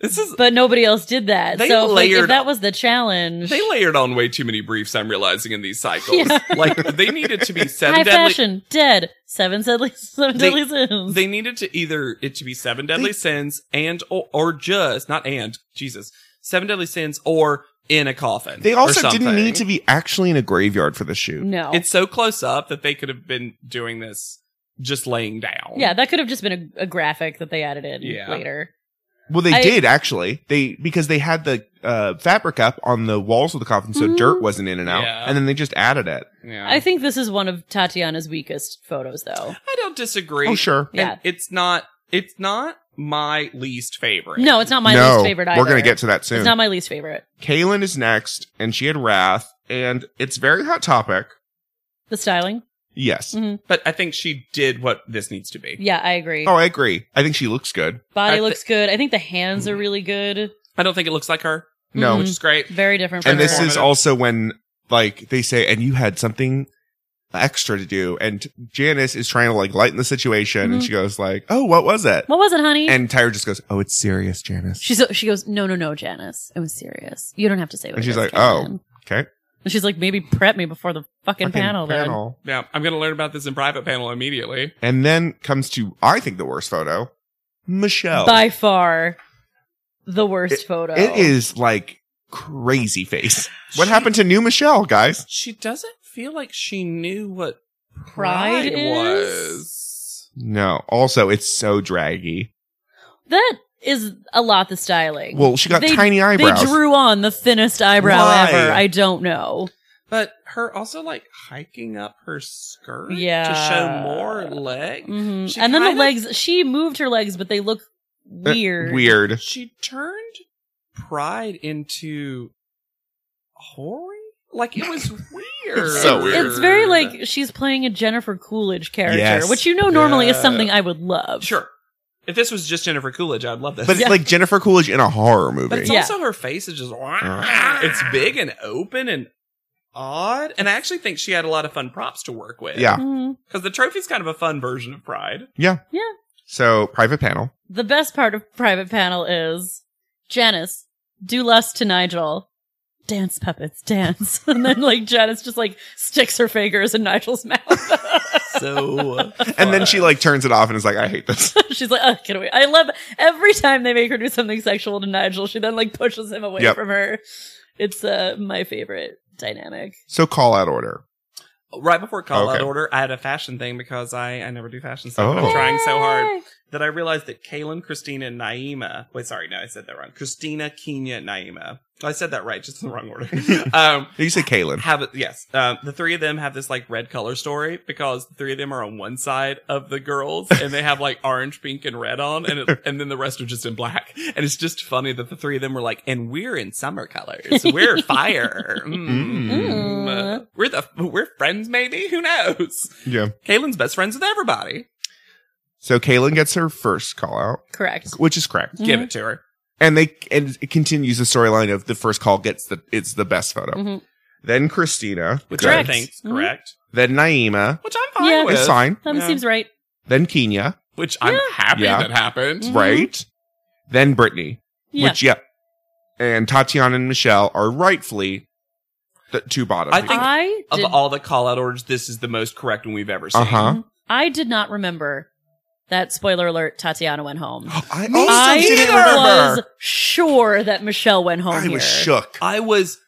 [SPEAKER 2] This is
[SPEAKER 5] but nobody else did that.
[SPEAKER 2] They
[SPEAKER 5] so if, like, if
[SPEAKER 2] layered-
[SPEAKER 5] that was the challenge,
[SPEAKER 2] They layered on way too many briefs, I'm realizing, in these cycles.
[SPEAKER 5] Yeah.
[SPEAKER 2] Like, they needed to be seven
[SPEAKER 5] high
[SPEAKER 2] deadly.
[SPEAKER 5] fashion, dead, seven deadly, seven
[SPEAKER 2] They-
[SPEAKER 5] deadly sins.
[SPEAKER 2] They needed to either it to be seven deadly
[SPEAKER 4] They-
[SPEAKER 2] sins and or, or just not and Jesus seven deadly sins or in a coffin.
[SPEAKER 4] They
[SPEAKER 2] or
[SPEAKER 4] also didn't
[SPEAKER 2] something.
[SPEAKER 4] need to be actually in a graveyard for the shoot.
[SPEAKER 5] no,
[SPEAKER 2] It's so close up that they could have been doing this just laying down.
[SPEAKER 5] yeah, that could have just been a, a graphic that they added in
[SPEAKER 2] Yeah.
[SPEAKER 5] later.
[SPEAKER 4] Well, they
[SPEAKER 5] I-
[SPEAKER 4] did actually. They because they had the uh, fabric up on the walls of the coffin, so
[SPEAKER 5] Mhm.
[SPEAKER 4] dirt wasn't in and out,
[SPEAKER 2] Yeah.
[SPEAKER 4] and then they just added it.
[SPEAKER 2] yeah.
[SPEAKER 5] I think this is one of Tatiana's weakest photos, though.
[SPEAKER 2] I don't disagree.
[SPEAKER 4] Oh, sure.
[SPEAKER 2] And
[SPEAKER 5] Yeah.
[SPEAKER 2] it's not. It's not my least favorite.
[SPEAKER 5] No, it's not my
[SPEAKER 4] no,
[SPEAKER 5] least favorite either.
[SPEAKER 4] we're gonna get to that soon.
[SPEAKER 5] It's not my least favorite.
[SPEAKER 4] Kaylin is next, and she had wrath, and it's very hot topic.
[SPEAKER 5] The styling.
[SPEAKER 4] Yes.
[SPEAKER 5] Mhm.
[SPEAKER 2] but I think she did what this needs to be.
[SPEAKER 5] Yeah, I agree.
[SPEAKER 4] Oh, I agree. I think she looks good.
[SPEAKER 5] Body
[SPEAKER 2] I thi-
[SPEAKER 5] looks good. I think the hands are really good.
[SPEAKER 2] I don't think it looks like her,
[SPEAKER 4] No.
[SPEAKER 2] which
[SPEAKER 5] Mhm.
[SPEAKER 2] is great.
[SPEAKER 5] very different. From
[SPEAKER 4] And this
[SPEAKER 5] her.
[SPEAKER 4] is also when like they say, and you had something extra to do, and Janice is trying to like lighten the situation, and
[SPEAKER 5] Mhm.
[SPEAKER 4] she goes like, "Oh, what was it?"
[SPEAKER 5] what was it, honey?
[SPEAKER 4] And Tyra just goes, "Oh, it's serious, Janice."
[SPEAKER 5] she's she goes, no, no, no, Janice, it was serious. You don't have to say what. it
[SPEAKER 4] And she's
[SPEAKER 5] is,
[SPEAKER 4] like, oh.
[SPEAKER 5] Caitlin."
[SPEAKER 4] okay.
[SPEAKER 5] And she's like, maybe prep me before the fucking,
[SPEAKER 4] Fucking
[SPEAKER 5] panel, then.
[SPEAKER 4] panel.
[SPEAKER 2] Yeah, I'm going to learn about this in private panel immediately.
[SPEAKER 4] And then comes to, I think, the worst photo Michelle.
[SPEAKER 5] By far the worst photo.
[SPEAKER 4] It is like crazy face. What happened to new Michelle, guys?
[SPEAKER 2] She doesn't feel like she knew what pride,
[SPEAKER 5] Pride is?
[SPEAKER 2] was.
[SPEAKER 4] No. Also, it's so draggy.
[SPEAKER 5] That is a lot the styling.
[SPEAKER 4] Well, she got
[SPEAKER 5] They-
[SPEAKER 4] tiny eyebrows.
[SPEAKER 5] They drew on the thinnest eyebrow
[SPEAKER 4] Why?
[SPEAKER 5] ever. I don't know.
[SPEAKER 2] But her also like hiking up her skirt to
[SPEAKER 5] Yeah.
[SPEAKER 2] show more leg.
[SPEAKER 5] Mhm.
[SPEAKER 2] She
[SPEAKER 5] And then the
[SPEAKER 2] kinda-
[SPEAKER 5] legs, she moved her legs, but they look
[SPEAKER 4] Uh,
[SPEAKER 5] weird.
[SPEAKER 4] Weird.
[SPEAKER 2] She turned pride into hoary? Like it was weird.
[SPEAKER 4] It's so weird.
[SPEAKER 5] It's very like she's playing a Jennifer Coolidge character,
[SPEAKER 4] Yes.
[SPEAKER 5] which you know normally is
[SPEAKER 2] Yeah.
[SPEAKER 5] something I would love.
[SPEAKER 2] Sure. If this was just Jennifer Coolidge, I'd love this.
[SPEAKER 4] But it's
[SPEAKER 5] Yeah.
[SPEAKER 4] like Jennifer Coolidge in a horror movie.
[SPEAKER 2] But it's
[SPEAKER 5] Yeah.
[SPEAKER 2] also her face is just it's big and open and odd. And I actually think she had a lot of fun props to work with.
[SPEAKER 4] yeah.
[SPEAKER 5] Mhm.
[SPEAKER 2] Because the trophy's kind of a fun version of Pride.
[SPEAKER 4] So, private panel.
[SPEAKER 5] The best part of private panel is Janice do lust to Nigel. Dance puppets, dance, and then like Janice just like sticks her fingers in Nigel's mouth.
[SPEAKER 2] So
[SPEAKER 4] And then she like turns it off and is like, I hate this.
[SPEAKER 5] She's like, oh, get away. I love every time they make her do something sexual to Nigel, she then like pushes him away
[SPEAKER 4] Yep.
[SPEAKER 5] from her. It's uh, my favorite dynamic.
[SPEAKER 4] So, call out order.
[SPEAKER 2] uh, right before call out
[SPEAKER 4] Okay.
[SPEAKER 2] order, I had a fashion thing because I, I never do fashion stuff. but
[SPEAKER 4] Oh.
[SPEAKER 2] I'm trying so hard
[SPEAKER 5] Yay!
[SPEAKER 2] that I realized that Kaylin, Christina, and Naima. Wait, sorry, no, I said that wrong. Christina, Kenya, and Naima. I said that right, just in the wrong order. um,
[SPEAKER 4] You say Kaylin.
[SPEAKER 2] have it yes um, the three of them have this like red color story because the three of them are on one side of the girls and they have like orange pink and red on and it, and then the rest are just in black and it's just funny that the three of them were like and we're in summer colors we're fire Mm.
[SPEAKER 5] Mm.
[SPEAKER 2] we're the we're friends maybe who knows
[SPEAKER 4] Yeah.
[SPEAKER 2] Kaylin's best friends with everybody
[SPEAKER 4] So, Kaylin gets her first call out,
[SPEAKER 5] Correct.
[SPEAKER 4] which is correct.
[SPEAKER 2] give
[SPEAKER 5] Mm-hmm.
[SPEAKER 2] it to her
[SPEAKER 4] And they and it continues the storyline of the first call gets the it's the best photo.
[SPEAKER 5] Mhm.
[SPEAKER 4] Then Christina,
[SPEAKER 2] which
[SPEAKER 4] good.
[SPEAKER 5] Correct.
[SPEAKER 2] I think's
[SPEAKER 5] Mhm.
[SPEAKER 2] correct
[SPEAKER 4] then Naima,
[SPEAKER 2] which I'm fine
[SPEAKER 5] Yeah.
[SPEAKER 2] with
[SPEAKER 4] it's fine.
[SPEAKER 5] That
[SPEAKER 2] Yeah.
[SPEAKER 5] seems right.
[SPEAKER 4] Then Kenya,
[SPEAKER 2] which I'm happy
[SPEAKER 4] Yeah.
[SPEAKER 2] that happened
[SPEAKER 5] Mhm.
[SPEAKER 4] right? Then Brittany,
[SPEAKER 5] Yeah.
[SPEAKER 4] which yeah, and Tatiana and Michelle are rightfully the two bottom.
[SPEAKER 2] I
[SPEAKER 4] people.
[SPEAKER 2] think-
[SPEAKER 5] I
[SPEAKER 2] of
[SPEAKER 5] did,
[SPEAKER 2] all the call out orders this is the most correct one we've ever seen
[SPEAKER 4] Uh-huh.
[SPEAKER 5] I did not remember that spoiler alert Tatiana went home.
[SPEAKER 4] I also
[SPEAKER 5] I
[SPEAKER 4] didn't
[SPEAKER 5] was
[SPEAKER 4] remember.
[SPEAKER 5] sure that Michelle went home.
[SPEAKER 4] I
[SPEAKER 5] here.
[SPEAKER 4] was shook.
[SPEAKER 2] I was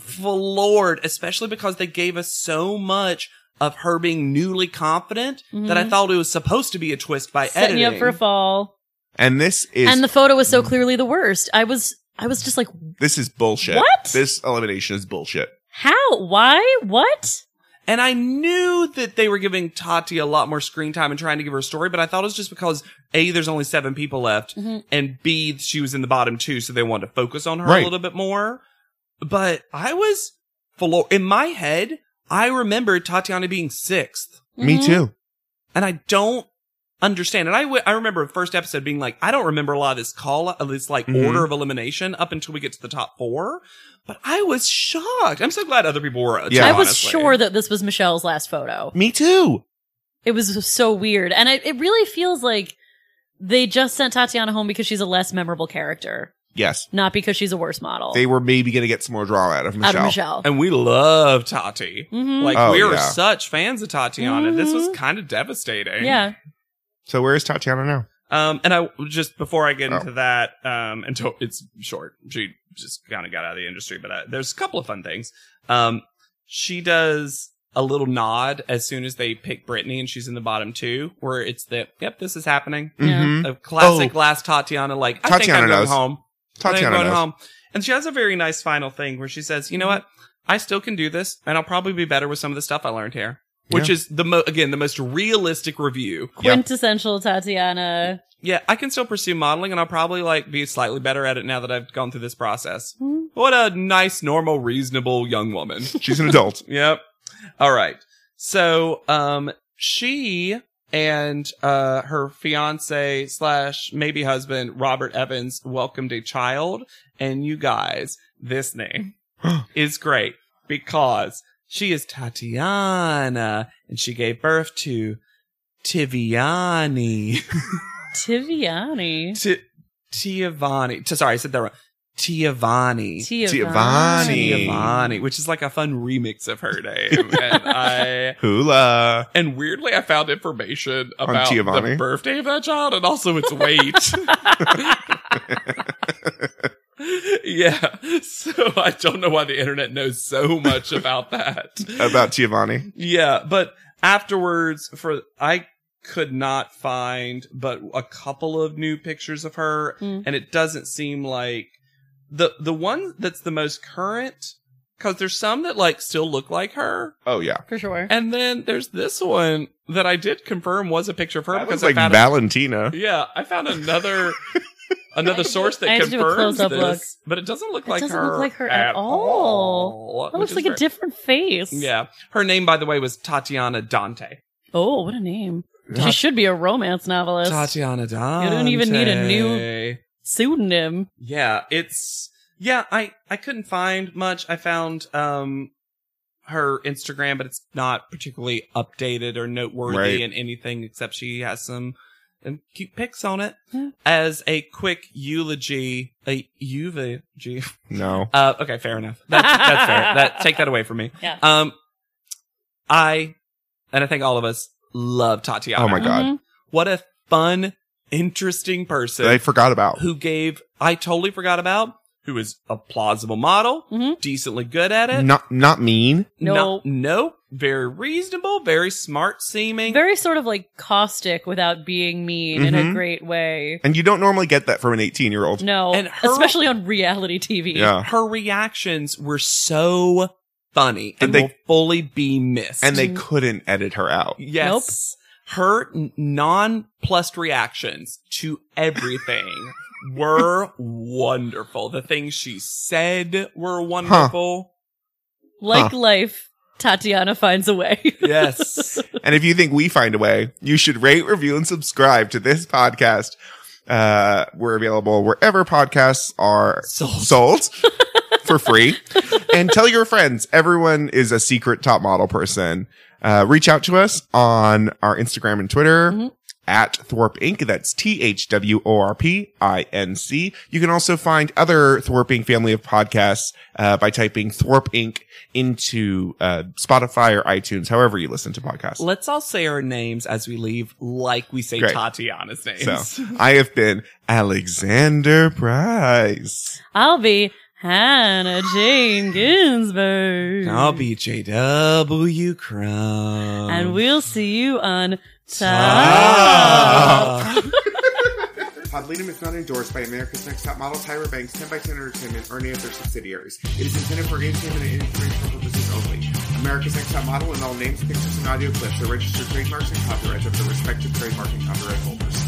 [SPEAKER 2] floored, especially because they gave us so much of her being newly confident that I
[SPEAKER 5] Mhm.
[SPEAKER 2] thought it was supposed to be a twist by editing.
[SPEAKER 5] setting you up for a fall.
[SPEAKER 4] And this is Mm.
[SPEAKER 5] and the photo was so clearly the worst. I was I was just like,
[SPEAKER 4] this is bullshit.
[SPEAKER 5] What?
[SPEAKER 4] This elimination is bullshit.
[SPEAKER 5] how? Why? What?
[SPEAKER 2] and I knew that they were giving Tati a lot more screen time and trying to give her a story, but I thought it was just because A, there's only seven people left,
[SPEAKER 5] Mhm.
[SPEAKER 2] and B, she was in the bottom two, so they wanted to focus on her
[SPEAKER 4] Right.
[SPEAKER 2] a little bit more. But I was floored. In my head, I remember Tatiana being sixth.
[SPEAKER 4] Me
[SPEAKER 5] Mhm.
[SPEAKER 4] too.
[SPEAKER 2] and I don't understand. And I, w- I remember the first episode being like, I don't remember a lot of this call, of this like
[SPEAKER 4] Mhm.
[SPEAKER 2] order of elimination up until we get to the top four. But I was shocked. I'm so glad other people were.
[SPEAKER 4] Yeah.
[SPEAKER 5] I was sure that this was Michelle's last photo.
[SPEAKER 4] Me too.
[SPEAKER 5] It was so weird. And I, it really feels like they just sent Tatiana home because she's a less memorable character,
[SPEAKER 4] Yes,
[SPEAKER 5] not because she's a worse model.
[SPEAKER 4] they were maybe gonna get some more drama out of Michelle.
[SPEAKER 5] Out of Michelle.
[SPEAKER 2] and we love Tati.
[SPEAKER 5] Mhm.
[SPEAKER 2] Like
[SPEAKER 4] Oh,
[SPEAKER 2] we are
[SPEAKER 4] yeah.
[SPEAKER 2] such fans of Tatiana. This was
[SPEAKER 5] Mhm.
[SPEAKER 2] kind of devastating.
[SPEAKER 5] yeah.
[SPEAKER 4] So where is Tatiana now?
[SPEAKER 2] Um, and I just before I get
[SPEAKER 4] Oh.
[SPEAKER 2] into that, um, and to- it's short. She just kind of got out of the industry, but uh, there's a couple of fun things. Um, she does a little nod as soon as they pick Brittany, and she's in the bottom two, where it's the yep, this is happening.
[SPEAKER 5] Yeah.
[SPEAKER 4] Mhm.
[SPEAKER 2] A classic last Tatiana, like I think
[SPEAKER 4] Tatiana
[SPEAKER 2] I'm going
[SPEAKER 4] knows.
[SPEAKER 2] home. I think I'm
[SPEAKER 4] Tatiana
[SPEAKER 2] going
[SPEAKER 4] knows.
[SPEAKER 2] home. And she has a very nice final thing where she says, "You know what? I still can do this, and I'll probably be better with some of the stuff I learned here." Which is the mo- again the most realistic review
[SPEAKER 4] Yeah.
[SPEAKER 5] Quintessential Tatiana.
[SPEAKER 2] yeah, I can still pursue modeling and I'll probably like be slightly better at it now that I've gone through this process.
[SPEAKER 5] Mhm.
[SPEAKER 2] What a nice, normal, reasonable young woman.
[SPEAKER 4] She's an adult.
[SPEAKER 2] yep. All right. So, um, she and, uh, her fiance slash maybe husband, Robert Evans, welcomed a child. And you guys, this name is great because she is Tatiana and she gave birth to Tiviani.
[SPEAKER 5] Tiviani.
[SPEAKER 2] T- Tiavani. T- sorry, I said that wrong. Tiavani.
[SPEAKER 4] Giovanni.
[SPEAKER 2] Tiavani, which is like a fun remix of her name. and I
[SPEAKER 4] Hula.
[SPEAKER 2] and weirdly I found information about
[SPEAKER 4] Giovanni?
[SPEAKER 2] the birthday of that child and also its weight. yeah. So I don't know why the internet knows so much about that.
[SPEAKER 4] About Giovanni.
[SPEAKER 2] Yeah, but afterwards for I could not find but a couple of new pictures of her
[SPEAKER 5] Mm.
[SPEAKER 2] and it doesn't seem like the the one that's the most current cuz there's some that like still look like her
[SPEAKER 4] Oh, yeah.
[SPEAKER 5] for sure.
[SPEAKER 2] and then there's this one that I did confirm was a picture of her
[SPEAKER 4] That was
[SPEAKER 2] because
[SPEAKER 4] like
[SPEAKER 2] I found
[SPEAKER 4] Valentina.
[SPEAKER 2] yeah, I found another another source
[SPEAKER 5] I
[SPEAKER 2] that
[SPEAKER 5] had to do a
[SPEAKER 2] confirms
[SPEAKER 5] close-up
[SPEAKER 2] this,
[SPEAKER 5] look.
[SPEAKER 2] but it doesn't look
[SPEAKER 5] It
[SPEAKER 2] like
[SPEAKER 5] doesn't
[SPEAKER 2] her
[SPEAKER 5] look like her at all.
[SPEAKER 2] all,
[SPEAKER 5] That
[SPEAKER 2] which
[SPEAKER 5] looks
[SPEAKER 2] is
[SPEAKER 5] like a
[SPEAKER 2] very-
[SPEAKER 5] different face.
[SPEAKER 2] Yeah, her name by the way was Tatiana Dante.
[SPEAKER 5] Oh, what a name.
[SPEAKER 2] Tat-
[SPEAKER 5] she should be a romance novelist.
[SPEAKER 2] Tatiana Dante.
[SPEAKER 5] You don't even need a new- Pseudonym.
[SPEAKER 2] Yeah, it's yeah. I I couldn't find much. I found um her Instagram, but it's not particularly updated or noteworthy
[SPEAKER 4] Right.
[SPEAKER 2] in anything except she has some um, cute pics on it.
[SPEAKER 5] Yeah.
[SPEAKER 2] As a quick eulogy, a eulogy.
[SPEAKER 4] No.
[SPEAKER 2] Uh, okay, fair enough. That's, that's fair. That take that away from me.
[SPEAKER 5] Yeah.
[SPEAKER 2] Um, I and I think all of us love Tatiana.
[SPEAKER 4] Oh my God.
[SPEAKER 5] Mhm.
[SPEAKER 2] What a fun, interesting person
[SPEAKER 4] They forgot about.
[SPEAKER 2] who gave I totally forgot about, who is a plausible model,
[SPEAKER 5] Mhm.
[SPEAKER 2] decently good at it.
[SPEAKER 4] Not not mean.
[SPEAKER 5] No.
[SPEAKER 2] no, no, very reasonable, very smart seeming.
[SPEAKER 5] Very sort of like caustic without being mean in a
[SPEAKER 4] Mhm.
[SPEAKER 5] great way.
[SPEAKER 4] And you don't normally get that from an 18 year old.
[SPEAKER 5] No.
[SPEAKER 2] And her-
[SPEAKER 5] especially on reality TV.
[SPEAKER 4] Yeah.
[SPEAKER 2] Her reactions were so funny
[SPEAKER 4] And
[SPEAKER 2] and,
[SPEAKER 4] they-
[SPEAKER 2] will fully be missed.
[SPEAKER 4] And they couldn't edit her out.
[SPEAKER 2] yes, her n- non-plussed reactions to everything. were wonderful. The things she said were wonderful.
[SPEAKER 5] Like life, Tatiana finds a way.
[SPEAKER 2] Yes.
[SPEAKER 4] And if you think we find a way, you should rate, review, and subscribe to this podcast. Uh, we're available wherever podcasts are
[SPEAKER 2] Sold.
[SPEAKER 4] sold for free. And tell your friends. Everyone is a secret top model person. Uh, reach out to us on our Instagram and Twitter.
[SPEAKER 5] Mhm.
[SPEAKER 4] At Thorp Inc. That's T H W O R P I N C. You can also find other Thorp Inc. family of podcasts uh, by typing Thorp Inc. into uh, Spotify or iTunes, however you listen to podcasts.
[SPEAKER 2] Let's all say our names as we leave, like we say
[SPEAKER 4] Great.
[SPEAKER 2] Tatiana's names.
[SPEAKER 4] So I have been Alexander Price.
[SPEAKER 5] I'll be Hannah Jane Ginsburg.
[SPEAKER 2] I'll be JW Crown.
[SPEAKER 5] And we'll see you on top.
[SPEAKER 2] Ah.
[SPEAKER 4] Podletum is not endorsed by America's Next Top Model, Tyra Banks, 10 by 10 Entertainment, or any of their subsidiaries. It is intended for entertainment and informational purposes only. America's Next Top Model and all names, pictures, and audio clips are registered trademarks and copyrights of the respective trademark and copyright holders.